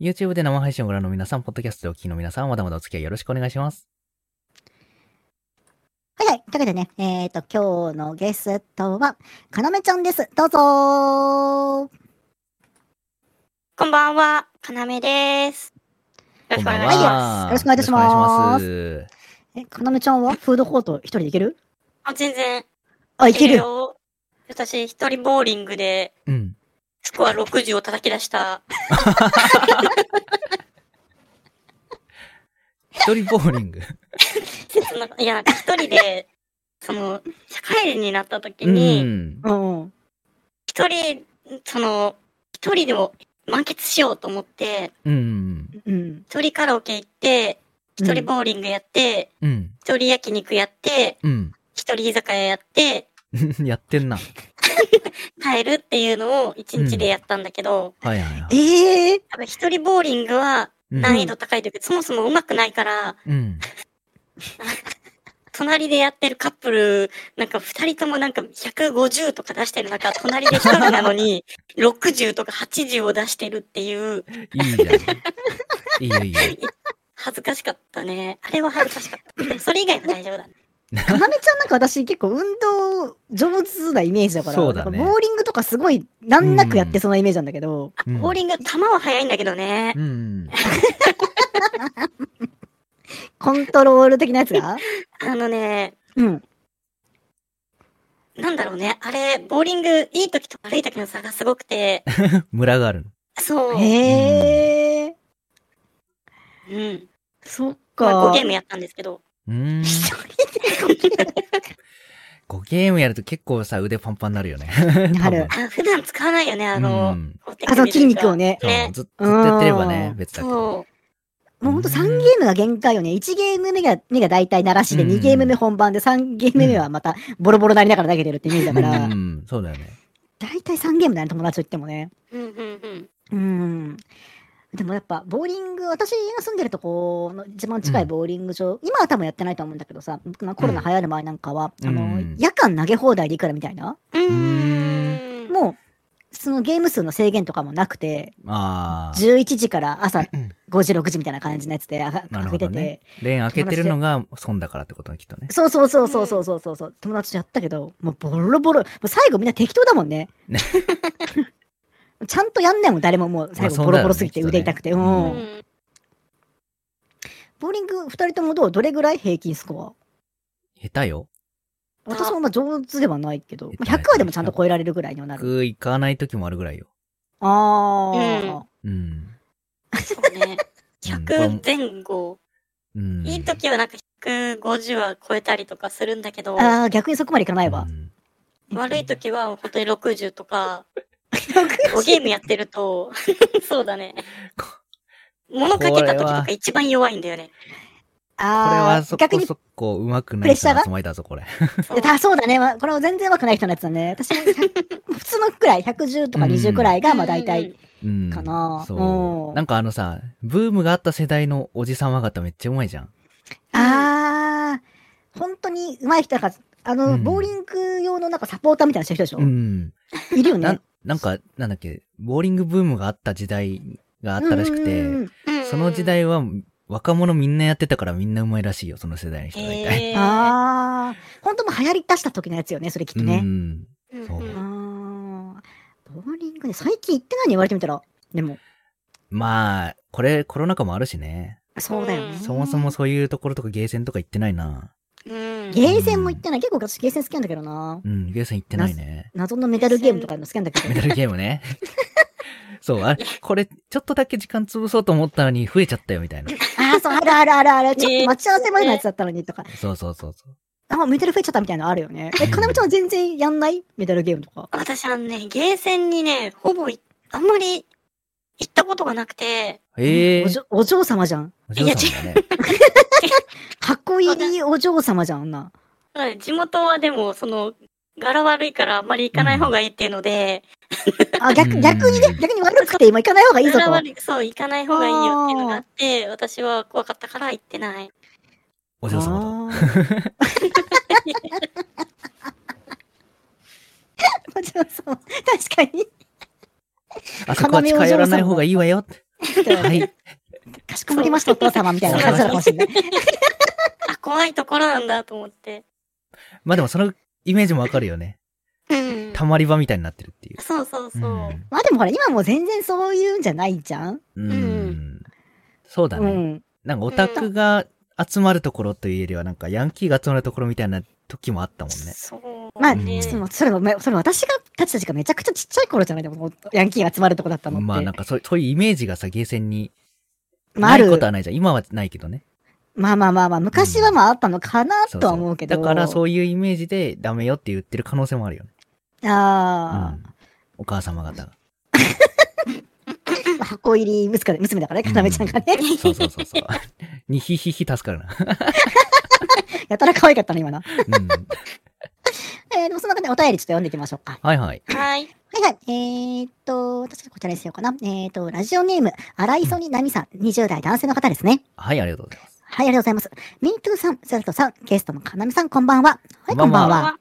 YouTube で生配信をご覧の皆さん、ポッドキャストでお聞きの皆さん、まだまだお付き合いよろしくお願いします。はいはい。というわけでね、えっ、と、今日のゲストは、かなめちゃんです。どうぞーこんばんは、かなめです。よころしんくおばん願いします。は。よろしくお願いいたしますよろしくお願いしえ、かなめちゃんはフードコート一人で行けるあ、全然。あ、行けるよ。よ。私、一人ボーリングで、ます。うん。スコア60を叩き出した。 一人ボーリング。切な、いや、なんか一人で、その、社会人になった時うに、ん。うん。一人、その、一人でも満喫しようと思って、うん。うん。一人カラオケ行って、一人ボーリングやって、うん。一人焼肉やって、うん。一人居酒屋やって、やってんな。 帰るっていうのを一日でやったんだけど、はいはいはい。ええ多分一人ボーリングはうん難易度高いというか、そもそも上手くないから、うん。隣でやってるカップル、なんか二人ともなんか150とか出してる中、隣で一人な のに、60とか80を出してるっていう、いいじゃん。いいよいいよ。恥ずかしかったね。あれは恥ずかしかった。でもそれ以外は大丈夫だね。かなめちゃんなんか私結構運動上手なイメージだから、そうだねなんかボーリングとかすごい難なくやってそうなイメージなんだけど、うんボーリング、球は速いんだけどね。うん。コントロール的なやつがあのね、うん。なんだろうね。あれ、ボーリング、いい時と悪い時の差がすごくて、ムラがあるの。そう。へえ、うん。そっまあ、か5ゲ。ームやったんですけど。うーん。5ゲームやると結構さ、腕パンパンになるよね。なるあ普段使わないよね、あの、うんこうあの筋肉を。ね多、分ねずずっとやってればねう、ん別だけど。そう。もうほんと3ゲームが限界よね。1ゲーム目が、目が大体鳴らしで、うん2ゲーム目本番で、3ゲーム目はまたボロボロなりながら投げてるってイメージだうから、ん、そうだよね。大体3ゲームだね、友達と言ってもね。うんうんうん。うん。でもやっぱ、ボーリング、私が住んでるとこの一番近ういんボーリング場、今は多分やってないと思うんだけどさ、僕がコロナ流行る前なんかは、うんあうのん、夜間投げ放題でいくらみたいな、うーーん。もう、そのゲーム数の制限とかもなくて、ああ。 11時から朝5時、6時みたいな感じのやつであがな開るほけどてて、ね。レーン開けてるのが損だからってことね、きっとね。そうそうそうそうそうそうそうそう、友達とやったけど、もうボロボロ、もう最後みんな適当だもんねね。 ちゃんとやんないもん、誰ももう最まあ後そうボロだよねボロすぎてきっと腕ね痛くて。ううんん。ボーリング2人ともどうどれぐらい平均スコ下手よ。ア私もまあ上手ではないけど、まあはい100はでもちゃんと超えられるぐらいにはなる。僕行かない時もあるぐらいよ。あうあ、うん。そうね。うん100前後。うん。いい時はなんか150は超えたりとかするんだけど、 ああ、逆にそこまでいかないうんわ。。悪い時は本当に60とか、5 60ゲームやってると、 そうだねこ。物かけた時とこれかは一番弱いんだよね。これ あはあ、そ逆こに、そこうまくプなレいッシャーが人の集まりだぞ、これ。そうだそうだね、まあこれは全然上手くない人のやつだね。私も100 普通のくらい、110とか20くらいが、まあ大体。。うん。かなそうんう。なんかあのさ、ブームがあった世代のおじさま方めっちゃうまいじゃん。ああ、本当に上手い人だから、あの、うんボーリング用のなんかサポーターみたいな人でしょ、うん。いるよなね。、なんか、なんだっけ、ボーリングブームがあった時代があったらしくうんうんうて、んうんその時。代は若者みんなやってたからみんなうまいらしいよ、その世代の人がいたい。へーああ、本当もう流行り出した時のやつよね、それきっとうね。ん。うんそううんああ、ボーリングね、最近行ってないに言われてみたら、でも、まあ、これコロナ禍もあるしね。そうだよね。うんそもそもそういうところとかゲーセンとか行ってないな。うんゲーセンも行ってない。結構私ゲーセン好きなんだけどな。うん、ゲーセン行ってないね。謎のメダルゲームとかの好きなんだけ メど。ダルゲー ムね。そう、あれ、これ、ちょっとだけ時間潰そうと思ったのに増えちゃったよ、みたいな。ああ、そう、あるあるあるある。ちょっねと待ち合わせ前のやつだったのにとか。そうそうそうそう。あ、メダル増えちゃったみたいなのあるよ ね。え、かなめちゃんは全然やんないメダルゲームとか。私はね、ゲーセンにね、ほぼい、あんまり行ったことがなくて、ええおじょお嬢様じゃん。お嬢さんだね。箱入りお嬢様じゃん、あんな。はい地元はでも、その、柄悪いからあんまり行かない方がいいっていうので、あ、逆うん逆にね、逆に悪くて今行かない方がいいぞ柄と。悪い、そう、行かない方がいいよっていうのがあって、私は怖かったから行ってない。お嬢様あーお嬢様。確かに。と。あそこは近寄らない方がいいわよって。はい。かしこまりました、お父様みたいな感じなのかもしれない。あ、怖いところなんだと思って。まあでもそのイメージもわかるよね。うん。溜まり場みたいになってるっていう。そうそうそう。うんまあでもほら、今もう全然そういうんじゃないじゃん。うん。そうだうね。ん。なんかオタクが集まるところというよりは、なんかヤンキーが集まるところみたいな時もあったもんね。そう。まあ、ねそのそれも、まあそれも私が、たちたちがめちゃくちゃちっちゃい頃じゃないでも、もうヤンキーが集まるとこだったのって。まあなんかそうそういうイメージがさ、ゲーセンにまああないことる。はないじゃん。今はないけどね。まあまあまあまあ、昔はまああったのかなそうとはそう思うけど。だからそういうイメージでダメよって言ってる可能性もあるよね。あうんお母様方が。あ、箱入り娘娘だからね、かなめちゃんがね。 うんそうそうそうそう。にひひひ助かるな。やたら可愛かったの、今な。うん。えー、でもその中でお便りちょっと読んでいきましょうか。はいはい。はい。はいはい。えー、っと、私こちらにしようかな。えー、っと、ラジオネーム、荒磯になみさん、20代男性の方ですね。はい、ありがとうございます。はい、ありがとうございます。ミントゥーさん、セルトさん、ゲストのかなめさん、こんばんは。はい、ここんんばばんんはは。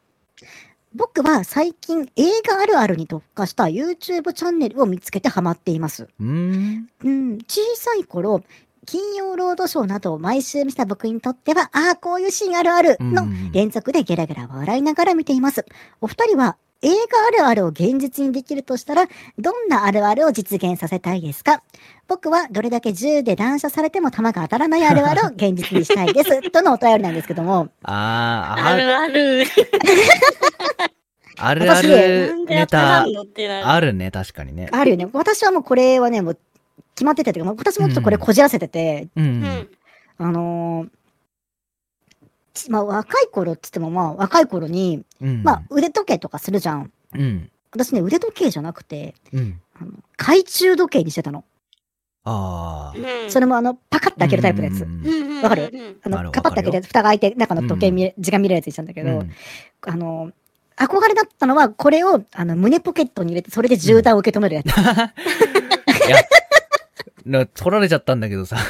僕は最近映画あるあるに特化した YouTube チャンネルを見つけてハマっています。うーん。うん、小さい頃、金曜ロードショーなどを毎週見せた僕にとっては、ああ、こういうシーンあるあるのうん連続でゲラゲラ笑いながら見ています。お二人は映画あるあるを現実にできるとしたら、どんなあるあるを実現させたいですか僕はどれだけ銃で乱射されても弾が当たらないあるあるを現実にしたいです。とのお便りなんですけども、あーあるある。あ、あるあ なるんでネ当たらタん、のってなる。あるね、確かにね。あるよね。私はもうこれはね、もう決まっててというか、もう私もちょっとこれこじらせてて、う。うんん。あのーちまあ若い頃っつってもまあ若い頃に、うん。まあ腕時計とかするじゃん。うん。私ね、腕時計じゃなくて、うん。あの懐中時計にしてたの。ああ。うんそれもあの、パカッて開けるタイプのやつ。うんうんうんうんわかるあなるの、ほカどパッて開けて、蓋が開いて、中の時計見れ、時間見れるやつにしたんだけど、うんあの、憧れだったのは、これを、あの、胸ポケットに入れて、それで銃弾を受け止め るやつ。いや、 な取られちゃったんだけどさ。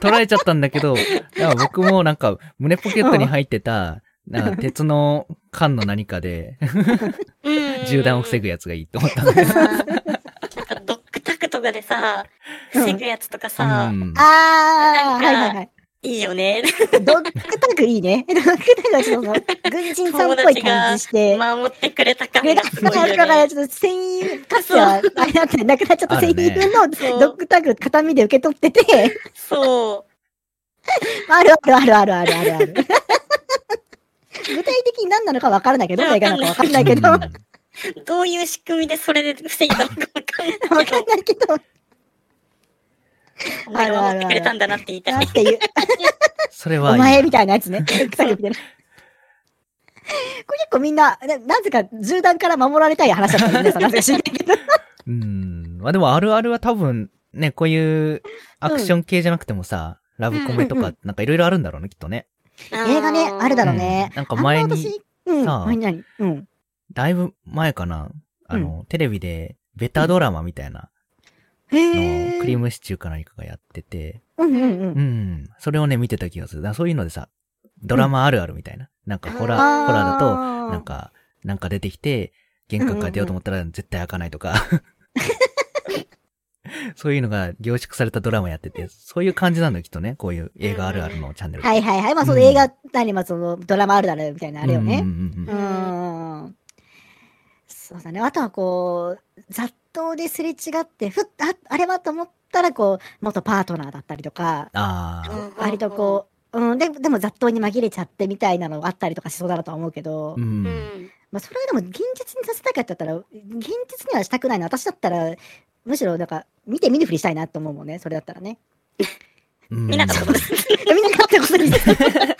取られちゃったんだけど、なんか僕もなんか胸ポケットに入ってた、 なんか鉄の缶の何かでうん銃弾を防ぐやつがいいと思ったんであーなんかドッグタクとかでさ、防ぐやつとかうさ、ん。あー、はいはいはい。いいよね。ドッグタグいいね。 ドッグタグはちょっとその、軍人さんっぽい感じ して。守ってくれた感上が田すさごいよんからね。ちょっと戦友、かつては、あれだってなくなっちゃったあ戦るね友のそうドッグタグ、片身で受け取ってて、そあるあるあるあるあるあるある。具体的に何なのか分からないけど、どんな映画なのか分かんないけど、う分んう。どういう仕組みでそれで防いだのかわかんないけどかんないけど、お前が守ってくれたんだなって言いた。ないって いう、それおはいい前みたいなやつ ね。ドッグタグみたいな。これ結構みんな、ななぜか銃弾から守られたい話だったん ですよ。なぜか知んないけど。うん。まあでもあるあるは多分、ね、こういうアクション系じゃなくてもさ、ラブコメとうんうんか、なんかいろいろあるんだろうね、きっとね。映画ね、あるだろうねう。んなんか前にあんま私、うん、さあ何々うん。だいぶ前かな、あの、テレビで、ベタドラマみたいなへのえ。を、クリームシチューか何かがやってて、うんうんうんう。ん。それをね、見てた気がする。だからそういうのでさ、ドラマあるあるみたいな。なんかホラあーー、ホラーだと、なんか、なんか出てきて、玄関から出ようと思ったら絶対開かないとか。 そういうのが凝縮されたドラマやってて、そういう感じなんだよ、きっとね。こういう映画あるあるのチャンネル。はいはいはい。まあ、そのうん映画なり、まあ、そのドラマあるだろうみたいなあれようねん。うんううんうーんん。そうだね。あとはこう、雑踏ですれ違って、ふっ、あ、あれはと思ったら、こう、元パートナーだったりとか、あうんあ、うん割とこう、うん、ででも雑踏に紛れちゃってみたいなのあったりとかしそうだなとは思うけど、うんう。うん。うんんまあそれでも現実にさせたかったら、現実にはしたくないな。私だったら、むしろなんか、見て見ぬふりしたいなと思うもんね。それだったら ね。うんみんながそうみんな勝ったことにして、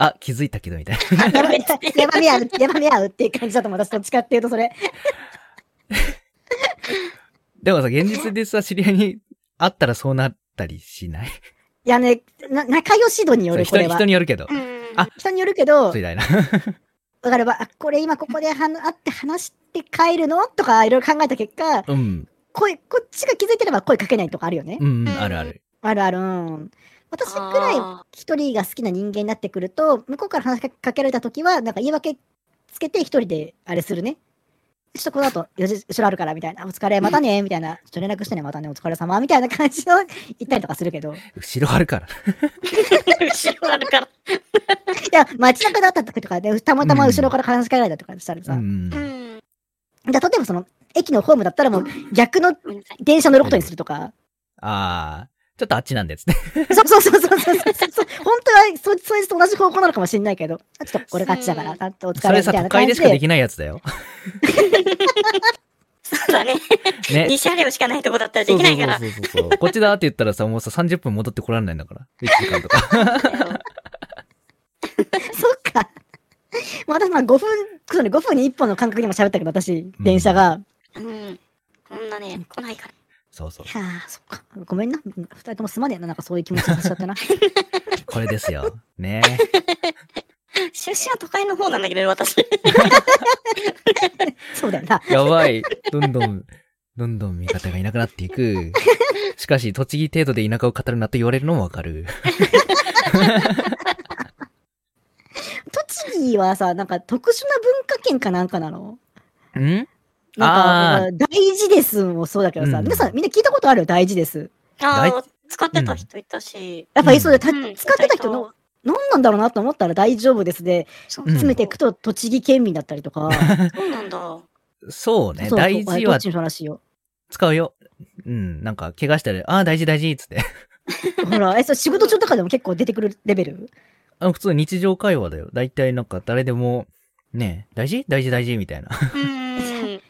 あ、気づいたけど、みたいな。やばめやばめ合う、やばめ合うっていう感じだと 思う。私どっちかっていうと、それ。でもさ、現実でさ、知り合いに会ったらそうなったりしない。いやね、な仲良し度によそうる、こ人れには。人人によるけど。あによるけど、みたいな。だからば、あこれ今ここではな会って話して帰るのとかいろいろ考えた結果、うん。声、こっちが気づいてれば声かけないとかあるよね。うん、うんあるある。あるある。うん私くらいあ一人が好きな人間になってくると、向こうから話しかけられた時は、なんか言い訳つけて一人であれするね。ちょっとこの後、よじ、後ろあるから、みたいな。あお疲れ、またね、みたいな。ちょっと連絡してね、またね、お疲れ様、みたいな感じの言ったりとかするけど。後ろあるから。ー後ろあるから。いや、街中だった時とかで、たまたま後ろから話しかけられたとかしたらうさ、んう。ん。じゃあ、例えばその、駅のホームだったらもう逆のごめんなさい電車乗ることにするとか。ああ、ちょっとあっちなんですね。そうそうそうそうそうそうそう。本当は、そ、そいつと同じ方向なのかもしれないけど、あちょっとこれガチだから、うんあんたお疲それれみたさ、いな都感じ会でで。しかできないやつだよ。そうだね。ね。 2車両しかないとこだったらできないからそ。うそうそうそうそう。こっちだって言ったらさ、もうさ、30分戻ってこられないんだから。1時間とか。そっか。まあ私、まあ5分、そうね、5分に1本の間隔でも喋ったけど、私、電車が。うん。こんなね、来ないから。そうそう。いやーそっか。ごめんな。二人ともすまねえな。なんかそういう気持ちにさせちゃってな。 これですよ。ね。出身は都会の方なんだけど、私。そうだよな。やばい。どんどん、どんどん味方がいなくなっていく。しかし、栃木程度で田舎を語るなと言われるのもわかる。栃木はさ、なんか特殊な文化圏かなんかなのんなんあか、大事ですもそうだけどさ、うん皆さんみんな聞いたことあるよ、大事です。ああ、使ってた人いたし。やっぱりそうで、たうん使ってた人の、、何なんだろうなと思ったら大丈夫ですで、そううん詰めていくと栃木県民だったりとか、そうなんだ。そうね。そう大事そうどはっちの話よ。使うよ。うん。なんか、怪我したら、ああ、大事大事っつって。ほら、え、そう仕事中とかでも結構出てくるレベルあの普通日常会話だよ。大体なんか誰でも、ねえ、大事大事大事みたいな。やっうん。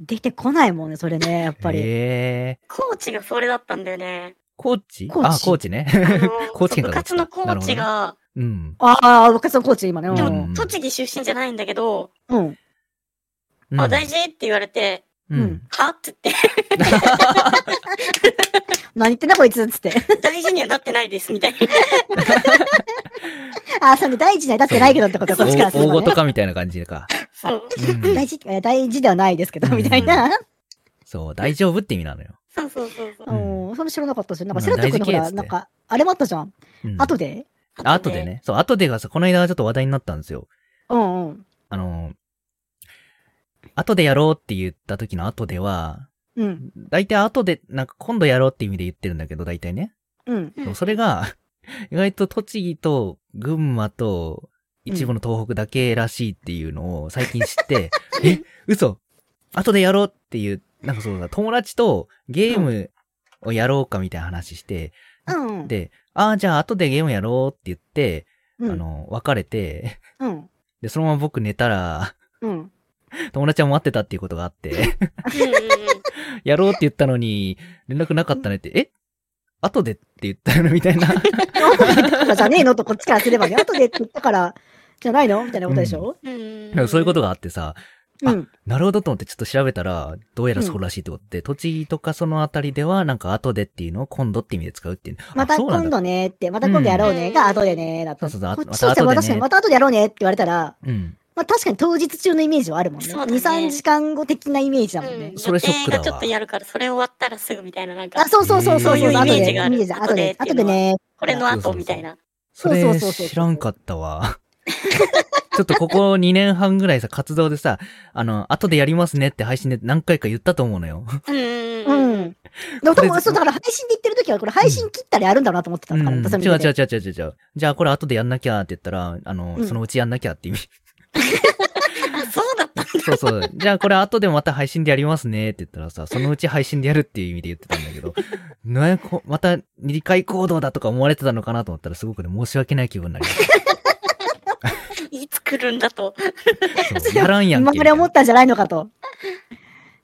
出てこないもんね、それ ね、やっぱり。えー、コーチがそれだったんだ よね。コーチコーチあ、コーチね。 あのコーチそうが部活のコーチが、うん。ああ、部活のコーチ、今ね。うなでるほどねんも栃木出身じゃないんだけど、うん。うんあ、大事って言われて、うんうんはって言っ何言ってんだこいつっつって。 て、 大事にはなってないです、みたいな。ああ、それ大事には至ってないけどってこと大こっちからする大とごねとかみたいな感じか。そう。 うん大事、いや大事ではないですけど、みたいな。そう、大丈夫って意味なのよ。そうそうそうそう。んうん。それ知らなかったし、なんうんか、セラト君のほ大事系っつら、ってなんか、あれもあったじゃん。うん後であ後で。ね。そう、後でがさ、この間ちょっと話題になったんですよ。うんうん。あの、後でやろうって言った時の後では、うん。大体後で、なんか今度やろうって意味で言ってるんだけど、大体ね。うん。うんそれが、 意外と栃木と群馬と一部の東北だけらしいっていうのを最近知って、え、嘘後でやろうっていう、なんかそうだ、友達とゲームをやろうかみたいな話して、うん。で、ああ、じゃあ後でゲームやろうって言って、うん、あの、別れて、 うん。で、そのまま僕寝たら、 うん。 友達は待ってたっていうことがあって、 うんうんうんやろうって言ったのに、連絡なかったねって、え後でって言ったのみたいな。 とかじゃねえのとこっちからすればね、後でって言ったから、じゃないのみたいなことでしょ、うんでもそういうことが。があってさ、う、うんんうん。なるほどと思ってちょっと調べたら、どうやらそうらしいってことで、栃木とかそのあたりでは、なんか後でっていうのを今度って意味で使うっていう。あまたそうなん今度だ。ねって、また今度やろうね、うんが後でねだった。そうそうそこっうちまとしてたは後でね確かにまた後でやろうねって言われたら、うん。まあ確かに当日中のイメージはあるもんね。そうだね2、3時間後的なイメージだもんうねん。。それショックだわ予定がちょっとやるから、それ終わったらすぐみたいな、なんかあ、、そうそうそうそう、へーそう後そういうイメーで、ジがあるイメージ後で、後でってい後うのはでね。これのそうそう後そうみたいな。そそうそれうそうそう知らんかったわ。 ちょっとここ2年半ぐらいさ、活動でさ、あの、後でやりますねって配信で何回か言ったと思うのよ。うんううんうん。ん。でも多これ分、そう、だから配信で言ってる時は、これ配信切ったらやるんだろうなと思ってたうん。から、違う私は見違てうて違う違う違う違う。じゃあこれ後でやんなきゃって言ったら、あの、うんそのうちやんなきゃって意味。 あ、そうだったんだ。そうそう。じゃあこれ後でまた配信でやりますねって言ったらさ、そのうち配信でやるっていう意味で言ってたんだけど、ね、こまた理解行動だとか思われてたのかなと思ったらすごくね、申し訳ない気分になりましいつ来るんだと。たそう。やらんやん今け。まで思ったんじゃないのかと。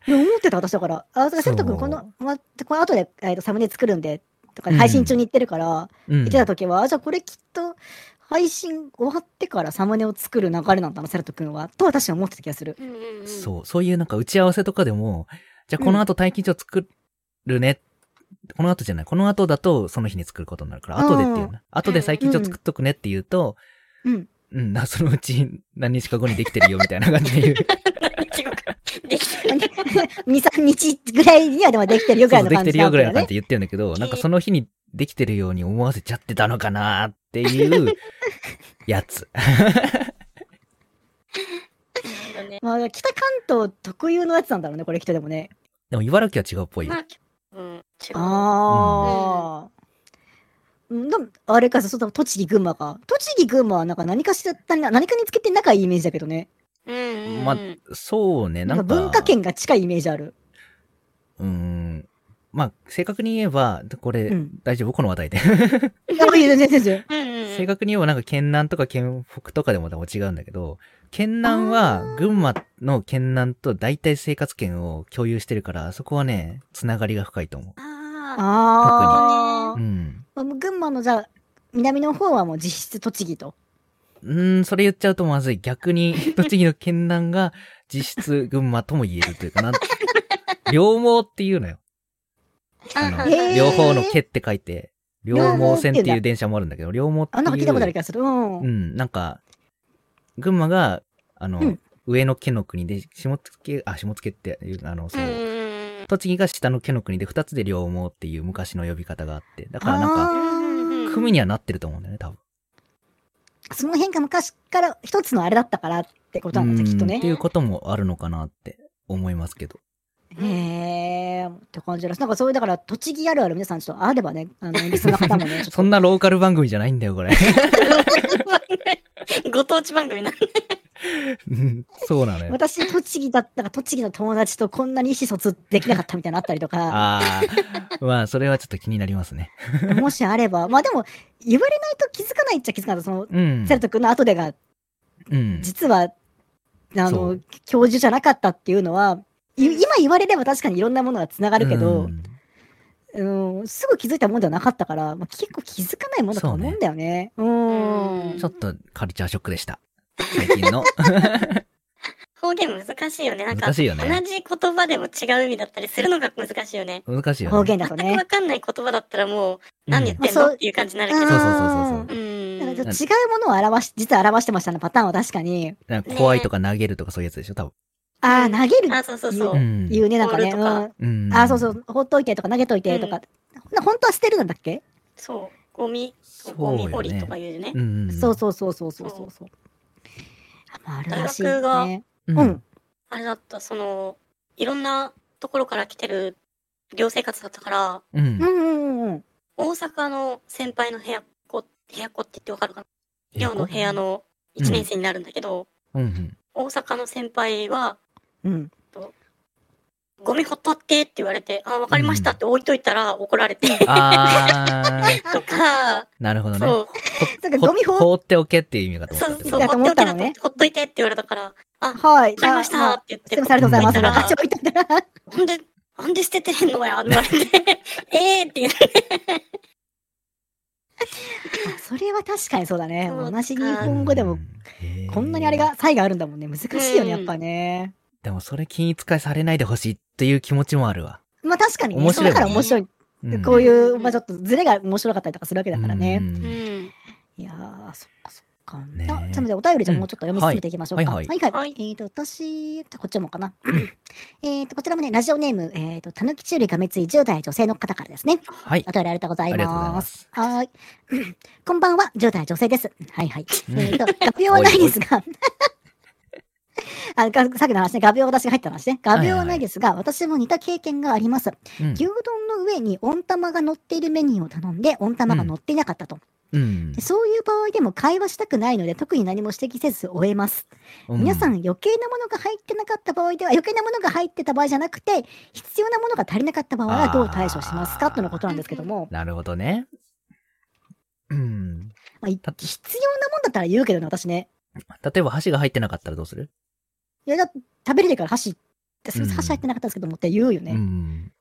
いや、思ってた私だから。あ、だから、そセうット君、この、ま、この後で、えっと、サムネ作るんで、とか、配信中に言ってるから、うん言ってた時は、あじゃあこれきっと、配信終わってからサムネを作る流れなんだな、セラト君は。と私は思ってた気がする。 うんうんうんそう、そういうなんか打ち合わせとかでも、じゃあこの後待機所作るね。この後じゃない。この後だとその日に作ることになるから、後でっていうな。後で待機所作っとくねって言うと、うん。うん、なそのうち何日か後にできてるよみたいな感じで言う。違うかできてる。 2、3日ぐらいにはでもできてるよぐそらういのそうで感きじてるだよったぐよらいの感じね。で言ってるんだけど、なんかその日にできてるように思わせちゃってたのかなっていうやつ。そうだねまあ、北関東特有のやつなんだろうね、これきっとでも ね。でも茨城は違うっぽいよま。あ、うん、違う。ああ。うん、でもあれかさ、そうだ、栃木、群馬か。栃木、群馬はなんか何かしら、何何かにつけて仲いいイメージだけどね。うんうんうん。まあそうね、ななんんかか。文化圏が近いイメージある。うーん。まあ、正確に言えば、これ、うん大丈夫この話題で。いや、いや全然 全然。うんうんうん正確に言えばなんか県南とか県北とかでも多分違うんだけど、県南は群馬の県南と大体生活圏を共有してるから、そこはね、つながりが深いと思ああう。うん。あ。群馬のじゃあ、南の方はもう実質栃木と。うーん、それ言っちゃうとまずい。逆に、栃木の県南が実質群馬とも言えるという かなん、両毛っていうのよ。あ。ああのあへー両方の毛って書いて、両毛線っ両毛ってていいううん電車もあるんだけど、両毛っていう。あ、なんか聞いたことある気がする。うん。ううんん、なんか、群馬が、あの、うん上の毛の国で、下付あ、下付っていう、あの、そうう、んうん栃木が下の毛の国で、二つで両毛っていう昔の呼び方があって、だからなんか、ーあー組にはなってると思うんだよね、多分。その辺が昔から一つのあれだったからってことなんだね、うんきっとっねて。いうこともあるのかなって思いますけど。うんへーって感じらしい。なんかそういう、だから、栃木あるある皆さんちょっとあればね、あの、リスナーの方もね、ちょっと そんなローカル番組じゃないんだよ、これ。 ご当地番組なんでうんそうなのよ。私、栃木だったら、栃木の友達とこんなに意思疎通できなかったみたいなのあったりとか、ああ、まあ、それはちょっと気になりますね。もしあれば、まあでも、言われないと気づかないっちゃ気づかない。その、うんセ。ルト君の後でが、うん。実は、あそのう、教授じゃなかったっていうのは、い今言われれば確かにいろんなものが繋がるけうど、んうん、すぐ気づいたもんではなかったから、まあ、結構気づかないもんだと思うんだよね。う。うんちょっとカルチャーショックでした。最近の。方言難しいよね。なんか、難しいよ同ね。じ言葉でも違う意味だったりするのが難しいよね。難しいよね。方言だ全とくね。わかんない言葉だったらもう、うん何言ってんまあのそうっていう感じになるうんけそうど。そうそうそうう。ん。なんかちょっと違うものを表し、実は表してましたね、パターンは確かに。なんか怖いとか投げるとかそういうやつでしょ、多分。ああ、投げるあ、そうそうそうう。ん言うね、なんかね。ボールとかううんん、ああ、そうそう、放っといてとか投げといてとうか。な本当は捨てるなんだっけ、そう。ゴミ、そうゴよねミ掘りとか言うよね。うんん。そうそうそうそうそうそうそう。あまあ、あるらしい大学がね。ううんん。あれだった、その、いろんなところから来てる寮生活だったから、ううんん。うんうんうん。大阪の先輩の部屋っ子、部屋っ子って言ってわかるかな英寮語の部屋。のうん1年生になるんだけど、うんうん。大阪の先輩は、うん。ゴミほっとってって言われて、あ、わかりましたって置いといたら怒られて、あ ー、とか、なるほどね。そう、なんかゴミほ放放っておけっていう意味かと思そったっうてことそう、だと放思っっておけただのねと、ほっといてって言われたから、わはい。かりましじゃたあって言っすて、みません、ありがとうございます。うんあっち置いといたら。ほんで、なんで捨ててへんのや、言われて、 えーって言って、それは確かにそうだね。そうか同じ日本語でうも、ん、へーこんなにあれ。が、差異があるんだもんね。難しいよね、うやんっぱね。でもそれ均一化されないでほしいっていう気持ちもあるわ。まあ確かにね、面白いだからよね面白い。んこういう、うんまあちょっとズレが面白かったりとかするわけだからね。うんうん。いやー、そっかそっか。ねえあちなみにお便りじゃあもうちょっと読み進めていきましょうか。うんはいはいはいははいい。えっと、私、こっちもかな。 えっと、こちらもね、ラジオネーム、えっと、たぬきちゅうりがめつい10代女性の方からですね。はい。お便りありがとうございありがとうございま。ますす。はーい。こんばんは、10代女性です。はいはい。うんえっと、画鋲はないですが、 あのがさっきの話ね、画鋲私が入った話ね。画鋲はないですが、私も似た経験があります。うん牛丼の上に温玉が乗っているメニューを頼んで、温玉が乗っていなかったと。うんでそういう場合でも会話したくないので、特に何も指摘せず終えます。う皆さん、余計なものが入ってなかった場合では、余計なものが入ってた場合じゃなくて、必要なものが足りなかった場合はどう対処しますあかーとのことなんですけども、なるほどね。うん。まあ、い必た要なもんだったら言うけどね、私ね。例えば箸が入ってなかったらどうするいや、だって食べれてから箸って、それうん箸入ってなかったんですけどもって言うようね。ん。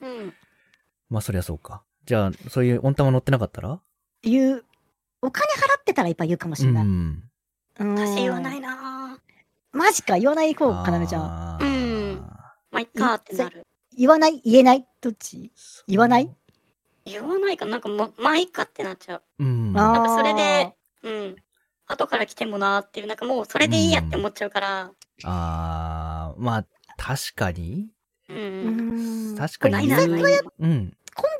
うん。まあそりゃそうか。じゃあ、そういう温玉乗ってなかったら言う。お金払ってたらいっぱい言うかもしれない。うーん私言わないなぁ。マジか、言わない方、かなめちゃん。んあうーんまあ、いっかってなる。言わない、言えない、どっち言わない言わないかなんか、ま、まあ、いっかってなっちゃう。うん。あーなんか、それで、うん。後から来てもなーっていう、なんかもう、それでいいやって思っちゃうから、あーまあ、確かに。う。うんーん混確かなにい言なう。いない。うん。ん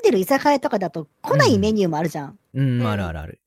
でる居酒屋とかだと来ないメニューもあるじゃん。うん、あるあるある。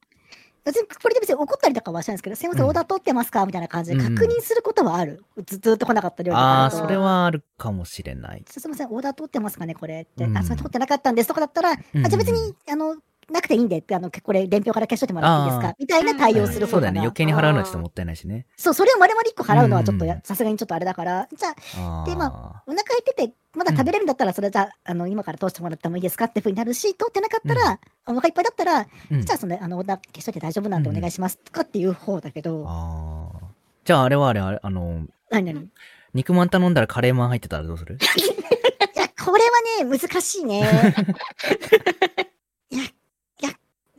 別にこれで別に怒ったりとかはしないんですけど、すいません、うんオーダー取ってますかみたいな感じでうん確認することはある。ずずっと来なかった料理とあかあ、だとそれはあるかもしれない。すいません、オーダー取ってますかね、これって。うんあ、それ取ってなかったんですとかだったら、うんあじゃあ別に、あの、なくていいんでって、あの、これ、伝票から消しといてもらっていいですあかみたいな対応するそ方うだかよね。な。余計に払うのはちょっともったいないしね。そう、それを丸々1個払うのはちょっとやうんさすがにちょっとあれだから、じゃあ、あであ。お腹減ってて、まだ食べれるんだったら、それじゃあ、あの、今から通してもらってもいいですかってふうになるし、通ってなかったら、お腹いっぱいだったら、うんじゃあ、その、あの、オーダー消しといて大丈夫なんでお願いしますとかっていう方だけど、あーじゃああれはあれ、あれ、あの、何何い肉まん頼んだらカレーまん入ってたらど うするや、これはね、難しいね。 いや、いや、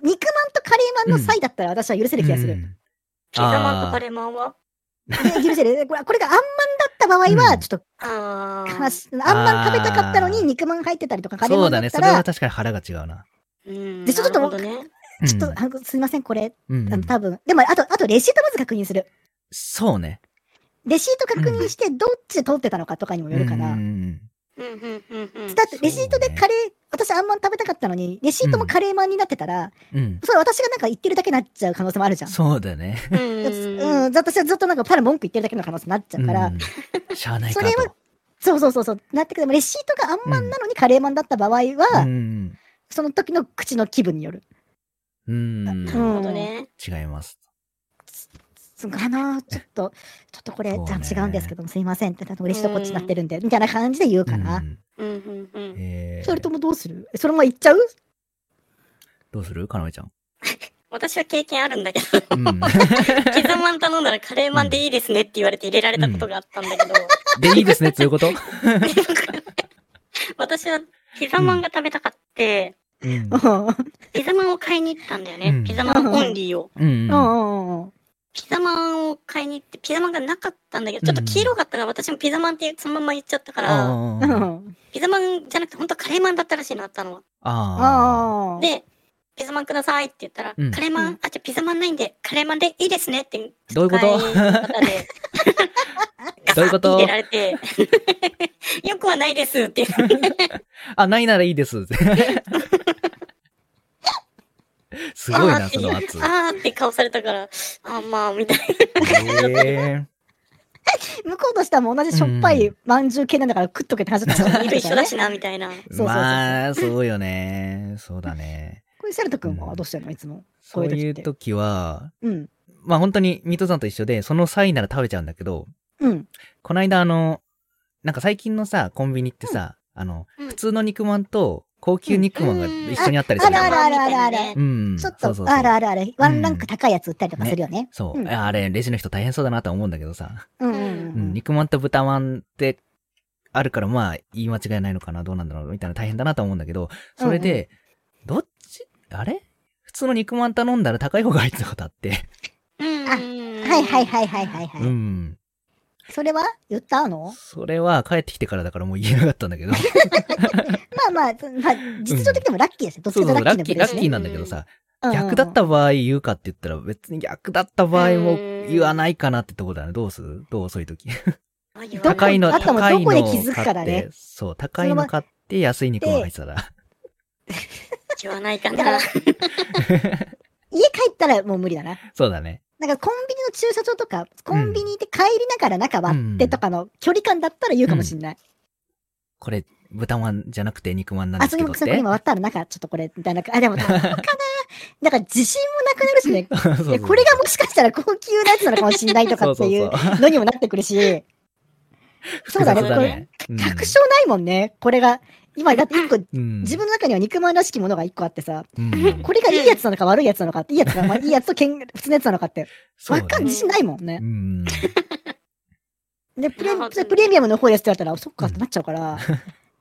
肉まんとカレーまんの際だったら私は許せる気がする。うんピザマンとカレーマンは、で許せる。これこれがあんまんだった場合うは、んちょっとあー悲しい。あんまん食べたかったのあにー肉まん入ってたりとか、カレーそまうんだだっね。たそれはら、確かに腹が違うな。うん。でちょっとなるほどね。ちょっうんと、あのすいません、これ、うんあの多分。でも、あと、あとレシートまず確認する。そうね。レシート確認して、どっちで取ってたのかとかにもよるかうら。んうん、うん、うん、うん。だって、レシートでそうねカレー、私あんまん食べたかったのに、レシートもカレーまんになってたら、うんうん。それ私がなんか言ってるだけになっちゃう可能性もあるじゃん。そうだね。う。うんん、私はずっとなんかただ文句言ってるだけの可能性になっちゃうから、うんしゃあないかそとれは。そうそうそうそう。なってくる。レシートがあんまんなのにカレーマンだった場合は、うん。その時の口の気分による。うん。なるほどね。違います。そうかなちょっ と、ちょっとこれ、そうね違うんですけども、すいませんって、嬉しとこっちになってるんで、みたいな感じで言うかな。うんうんうんうん。えーそれともどうするそのまま言っちゃうどうするかなめちゃん。私は経験あるんだけど、う ん。ピザマン頼んだらカレーマンでいいですねって言われて入れられたことがあったんだけど、で、いいですね、そういうこと 私はピザマンが食べたかって、うん。うピザマンを買いに行ったんだよね。うんピザマンオンリーを。うんん。うん。うん。ピザマンを買いに行って、ピザマンがなかったんだけど、ちょっと黄色かったから、私もピザマンってそのまま言っちゃったから、あうーん。ピザマンじゃなくて、本当カレーマンだったらしいのあったのは。あああ。、で、ピザマンくださいって言ったら、うんカレーマン、あ、じゃあピザマンないんで、カレーマンでいいですねって、ー。どういうこと使方で どういうことガサッて入れられて、 よくはないですっていう。あ、ないならいいです。 すごいあーな、ってその圧。あーって顔されたから、あーまあ、みたいな。え向こうとしてはもう同じしょっぱい饅頭系なんだから食っとけって話だったから色一緒だしな、みたいな。そうそうー。そうまあ、そうよね。そうだね。これ、セルト君はどうしてんのいつも。こそういうう時っていう時は、うん。まあ本当にミトさんと一緒で、その際なら食べちゃうんだけど、うん。こないだあの、なんか最近のさ、コンビニってさ、あの、うん普通の肉まんと高級肉まんがうん一緒にあったりすあるるじゃあんるあるあるある。うん。ちょっそとうそうそうあるあるある。ワンランク高いやつ売ったりとかするよね。そう、うんあれ、レジの人大変そうだなとは思うんだけどさ。うんううんん、肉まんと豚まんってあるから、まあ、言い間違いないのかな、どうなんだろう、みたいな大変だなとは思うんだけど、それで、どっち、あれ普通の肉まん頼んだら高い方が入ってたことあって。うん。あうん。はいはいはいはいはいはうい。ん。それは言ったのそれは帰ってきてからだからもう言えなかったんだ けど。まあまあ、まあ、実情的にもラッキーですよ。どっちそうかというそう、とラッラッキキーー、の部類でラッキーすねなんだけどさ、うん逆だった場合言うかって言ったら別に逆だった場合もうん言わないかなってとこだね。どうするどうそういう 時。あ言わないどこ高いの、あともう高いのどこで気づくかだね買ってそう、高いの買って安い肉も入ってたら。言わないかだからな。家帰ったらもう無理だな。そうだね。なんかコンビニの駐車場とか、コンビニで帰りながら中割ってとかの距離感だったら言うかもしれない。これ、豚まんじゃなくて肉まんなんであすそけこどにっそこにて今。割ったら中ちょっとこれみたいな。あ、でもどうかななんか自信もなくなるしね。 そうそういやこれがもしかしたら高級なやつなのかもしれないとかっていそううそうのにもなってくるし。そうだね。複こ雑れ、うん確証ないもんね。これが。今、だって一個、うん自分の中には肉まんらしきものが一個あってさ、う んこれがいいやつなのか悪いやつなのかって、いいやつが、まあ、いいやつとけん普通のやつなのかって、そうわだねかん自信ないもんうね。ん。で、プなるほレどねプレミアムの方ですって言われたら、そっかうっんてなっちゃうから、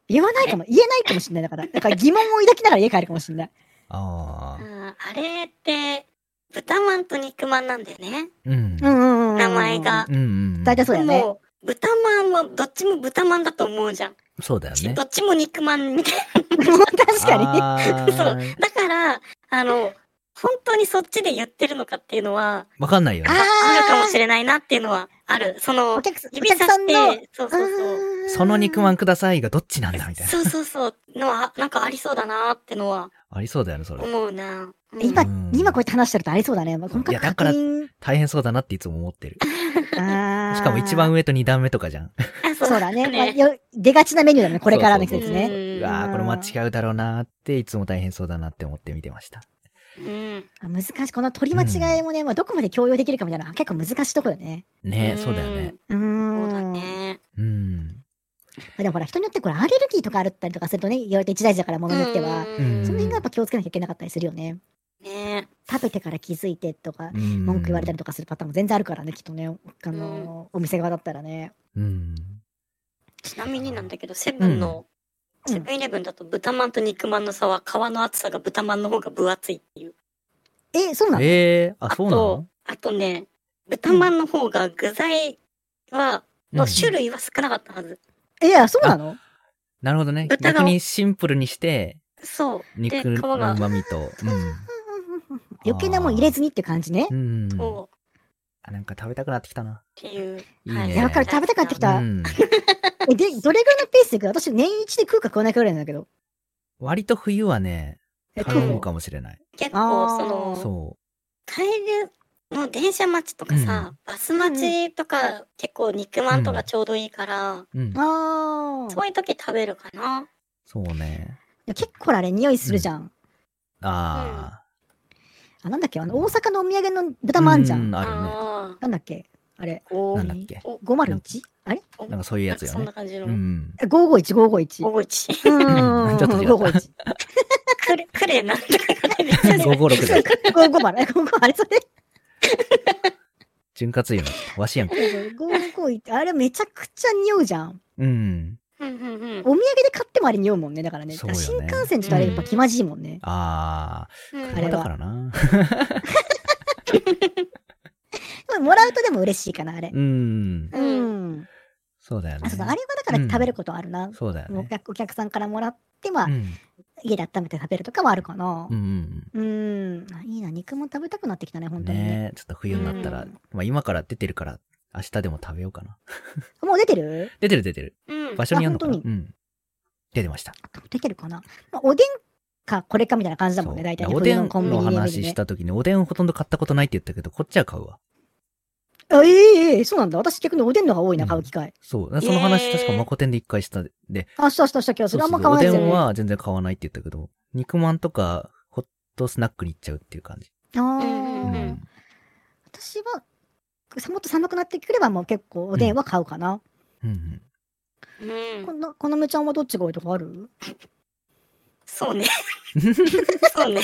言わないかも、言えないかもしれないだから、だから疑問を抱きながら家帰るかもしれない。ああ。あーあれって、豚まんと肉まんなんだよね。うん。うんうんうん。名前が。うんうん。大体そうだよでね。も、豚まんはどっちも豚まんだと思うじゃん。そうだよねど。っちも肉まんみたいもう 確かあ な。そうー。だから、あの、本当にそっちで言ってるのかっていうのは、わかんないよあね。ーあるかもしれないなっていうのはある。そに。おの、客さん、お指さ客さんしの、て、そうそうそう。その肉まん。んくださいがどっちなんだみたいな。そうそうそう。のは、なんかありそうだなってのはありそうだよね、それ。思うな。うん今うん、今こうやって話してるとありそうだね。まあ本い格やだから確認。大変そうだなっていつも思ってる。あーしかも一番上と二段目とかじゃん。あそうだね。まあ、ね。よ出がちなメニューだね、 これからの季そう節そうね。ううんわあこれ間違うだろうなーって、いつも大変そうだなって思って見てました。うん。あ難しい。この取り間違いもね、まあ、どこまで強要できるかみたいなのは結構難しいところよね。ねんそうだよね。。うーそん。うだね。うん。でもほら、人によってこれアレルギーとかあるったりとかするとね、いろいろ一大事だから、ものによっては。ううんんその辺がやっぱ気をつけなきゃいけなかったりするよね。ね食べてから気づいてとか、うん文句言われたりとかするパターンも全然あるからね、きっとね。あのーお店側だったらね。うん。ちなみになんだけど、セブンの、うんセブンイレブンだと豚まんと肉まんの差は皮の厚さが豚まんの方が分厚いっていう。え、そうなのええあ、あそうなとの、あとね、豚まんの方が具材は、のうん種類は少なかったはず。え、いや、そうなのなるほどね。豚が逆にシンプルにして、そう。で、肉皮のが、旨味と。余計なもん入れずにっていう感じねう。ん。うん。そう。あ、なんか食べたくなってきたな。っていう。いいねはいいやわかる食べたくなってきたうん。え、で、どれぐらいのペースで行く私、年一で食うか食わないかぐらいなんだけど。割と冬はね、 え、食頼うむのかもしれない。結構、あーその、そ買えるの電車待ちとかさ、バス待ちとか結構肉まんとかちょうどいいから、うん。ああそういう時食べるかな。そうね。結構あれ匂いするじゃん。ああ、なんだっけあの、大阪のお土産のあ。豚まんじゃ。うんあるね。あなんだっけあれ。あ、おなんだっけ。お 501? あれなんかそういうやつよそんねな。感じの。うん。 ?551、551。 551。うーん、 ちょっと違った551。 くれ、くれなんとかが出 てくる。 556で。 550、え550あれそれ潤滑油のわしやんか。 551あれめちゃくちゃ匂うじゃん。うん。うんうんうんお土産で買ってもあれ匂うもんね。だからね。そうよね新幹線ちょっとあれやっぱ気まじいもんね。ああ。うんあれ車はだからな。でももらうとでも嬉しいかな、あれ。うん。ううんん。そうだよね。あ、そうだ、あれはだから食べることあるな。そうだよおね。客お客さんからもらって、まあう、ん。家で温めて食べるとかはあるかなう。ん。うーん。あいいな、肉も食べたくなってきたね、本当にね。ねえ、ちょっと冬になったら、うんまあ今から出てるから、明日でも食べようかな。もう出てる出てる出てる。うん場所にあるのかなあ本当うん。出てました。出てるかな、まあ、おでんかこれかみたいな感じだもんね、そう大体、いね。やおで冬んコンビのニで見る話した時に、おでんほとんど買ったことないって言ったけど、こっちは買うわ。あ、ええええそうなんだ。私逆におでんの方が多いな、うん買う機会。そう。その話、へー確かマコテンで一回したで。あ、したしたした、今日。それあんま買わないおですよでんね。あは全然買わないって言ったけど、肉まんとか、ホットスナックに行っちゃうっていう感じ。あうー、うんん。私は、もっと寒くなってくればもう結構おでんは買うかな。うん。うんこの、このむちゃんはどっちが多いとかあるそ うね。そうね。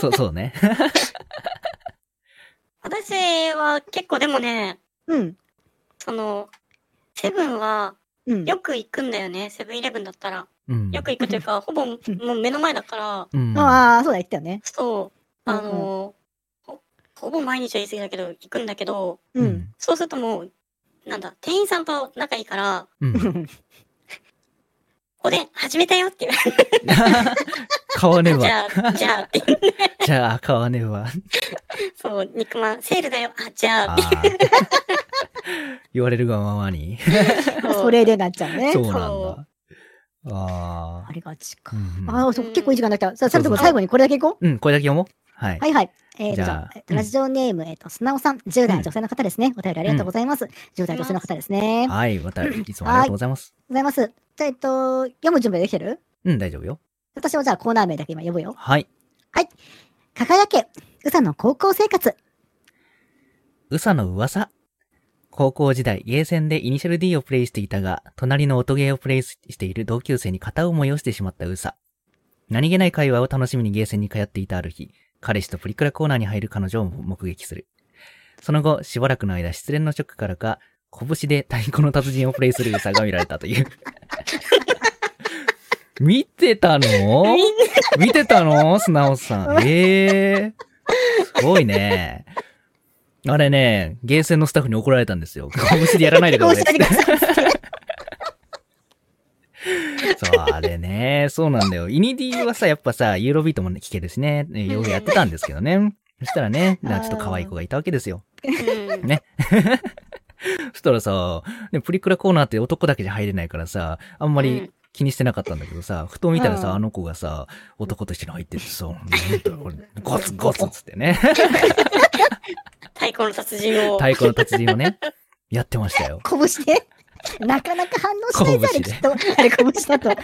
そう、そうね。私は結構でもね、うん。その、セブンはうん。よく行くんだよね。セブンイレブンだったら。うん。よく行くというか、ほぼもう目の前だから、うん。ああ、そうだ、言ってたよね。そう、あの、ほほぼ毎日は言い過ぎだけど、行くんだけど、う。うんん。そうするともう、なんだ、店員さんと仲いいから、うん。おでん始めたよって言われ買わね て、じば。ゃあ、じゃあって、じゃあ、買わねば。そう、肉まん、セールだよ、あ、じゃああっあて、言われるがままに。 それでなっちゃうね そ。うなんだ。あありがちかあ。う。んうんああ、そう、結構いい時間だった。さあ、そそうそうれとも最後にこれだけいこう。うん、これだけ読もう。はい。はいはい。えー、じじゃゃあうんラジオネーム、えっ、と、すなおさん、10代女性の方ですね。お便りありがとうございます。10代女性の方ですね。ありがとうはい、また、いつもありがとうございます。ございます。じゃあ、えっ、と、読む準備できてるうん、大丈夫よ。私はじゃあコーナー名だけ今呼ぶよ。はい。輝け、うさの高校生活。うさの噂。高校時代、ゲーセンでイニシャル D をプレイしていたが、隣の音ゲーをプレイしている同級生に片思いをしてしまったうさ。何気ない会話を楽しみにゲーセンに通っていたある日、彼氏とプリクラコーナーに入る彼女を目撃する。その後、しばらくの間、失恋のショックからか、拳で太鼓の達人をプレイするうさが見られたという。見てたの見てたの素直さん。ええすごいね。あれね、ゲーセンのスタッフに怒られたんですよ。拳でやらないでくこだうさしいてあっげて。てください。そう、あれね。そうなんだよ。イニディはさ、やっぱさ、ユーロビートもね、聴けるしね。ねよくやってたんですけどね。そしたらね、なんかちょっと可愛い子がいたわけですよ。う んねそしたらさ、ね、プリクラコーナーって男だけじゃ入れないからさ、あんまうりん気にしてなかったんだけどさ、ふと見たらうんさ、あの子がさ、男と一緒に入っててさ、なんだろうゴツゴツっつってね。太鼓の達人を。太鼓の達人を ね、やってましたよ。拳で。なかなか反応しないぞ、あれ拳できっと。あれ、拳だ と。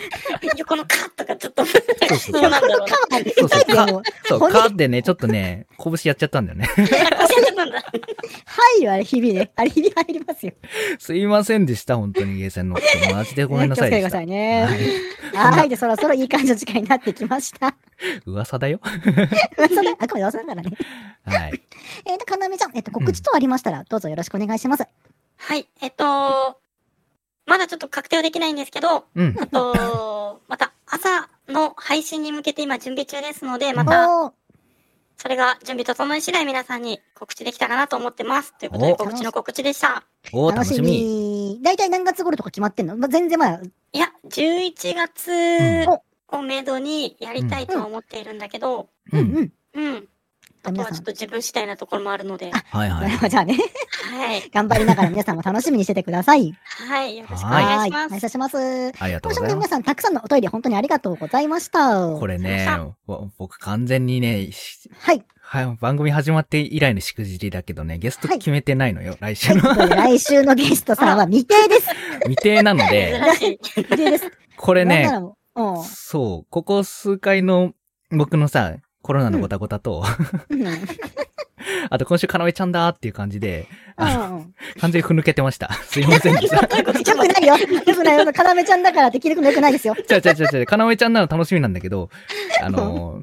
横のカッとかちょっと、そうそうどうなんだろうな。カバーでそう痛そいうでもう。そう、骨カーってね、ちょっとね、拳やっちゃったんだよね。 あこうやってたんだ。入る、あれ、日々ね。あれ、日々入りますよ。すいませんでした、本当にゲーセンの人。マジでごめんなさい気をでつけてくだしたさい。ね。はいはい。で、そろそろいい感じの時間になってきました。 噂だよ。噂だ。あくまで噂だからね。はい。えーと、かなめちゃん、えっ、と、告知等ありましたら、どうぞよろしくお願いします。はい、えっと、まだちょっと確定はできないんですけど、うん。あと、また朝の配信に向けて今準備中ですので、まおたーそれが準備整い次第皆さんに告知できたらなと思ってます。ということでお告知の告知でした。おー、楽しみ。大体何月頃とか決まってんの、まあ、全然まだ。いや、う11ん月をめどにやりたいとは思っているんだけど、ううんん。うん。うん。あと皆はさちょっん。と自分次第なところもあるので、はいそはれい。 はじゃあね、はい。頑張りながら皆さんも楽しみにしててください。はい。よろしくおはい願いしはお願まいす。いたします。ありがと今うご週ざもねいま皆す。さんたくさんのお便り本当にありがとうございました。これね、わ僕完全にね、しはい。はい、番組始まって以来のしくじりだけどね、ゲスト決めてないのよ、来と週いうのこ。とで来週のゲストさんは未定です。未定なので、珍しい。未定です。ここれね、もううん。そう、ここ数回の僕のさ、コロナのごたごたと、うんう あと今週かなめちゃんだーっていう感じで、あんうん。の完全にふぬけてました。 すいませんでした。どういうことちょよっとく待ないよ。よくないよ。かなめちゃんだからって気力もよくないですよ。ちゃうちゃうちゃうちゃう、かなめちゃんなの楽しみなんだけど、あのー、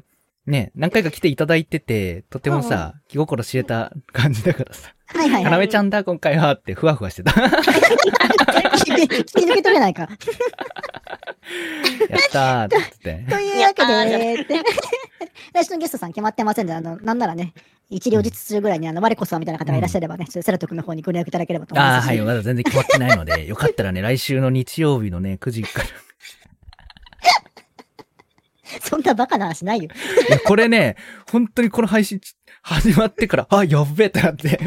ね、何回か来ていただいてて、とてもさ、気心知れた感じだからさ、はいはいは。かないめちゃんだ今回はってふわふわしてた。や引き抜け取れないか。ったーって言って。というわけいやあで、 で来週のゲストさん決まってませんで、あの、なんならね、一両日中ぐらいに、あの、我こそはみたいな方がいらっしゃればね、ちょっとセラト君の方にご連絡いただければと思いああ、ますし。はい、まだ全然決まってないので、よかったらね、来週の日曜日のね、9時から。そんなバカな話ないよ。いや、これね、本当にこの配信始まってから、あ、やっべえってなって、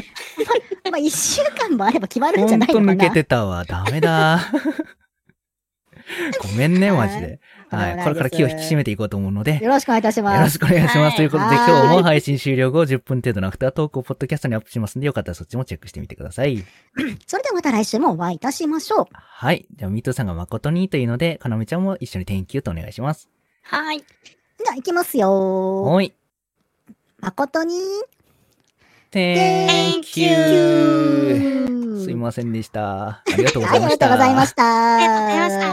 まあ、一週間もあれば決まるんじゃ本ない当のか抜なけ。てたわ。ダメだ。 ごめんね、マジで。はいはい、これから気を引き締めていこうと思うので、よろしくお願いいたしよろます。しくお願いしはます。いということで、は今い日も配信終了後、10分程度のアフタートークをポッドキャストにアップしますので、よかったらそっちもチェックしてみてください。それではまた来週もお会いいたしましょう。はい。じゃあ、ミートさんが誠にというので、かなめちゃんも一緒に Thank you とお願いします。はい。じゃあ、いきますよ。はい。誠に。 Thank you! すいませんでした。ありがとうごはざい、あいりまがとした。うございました。ありがとうございました。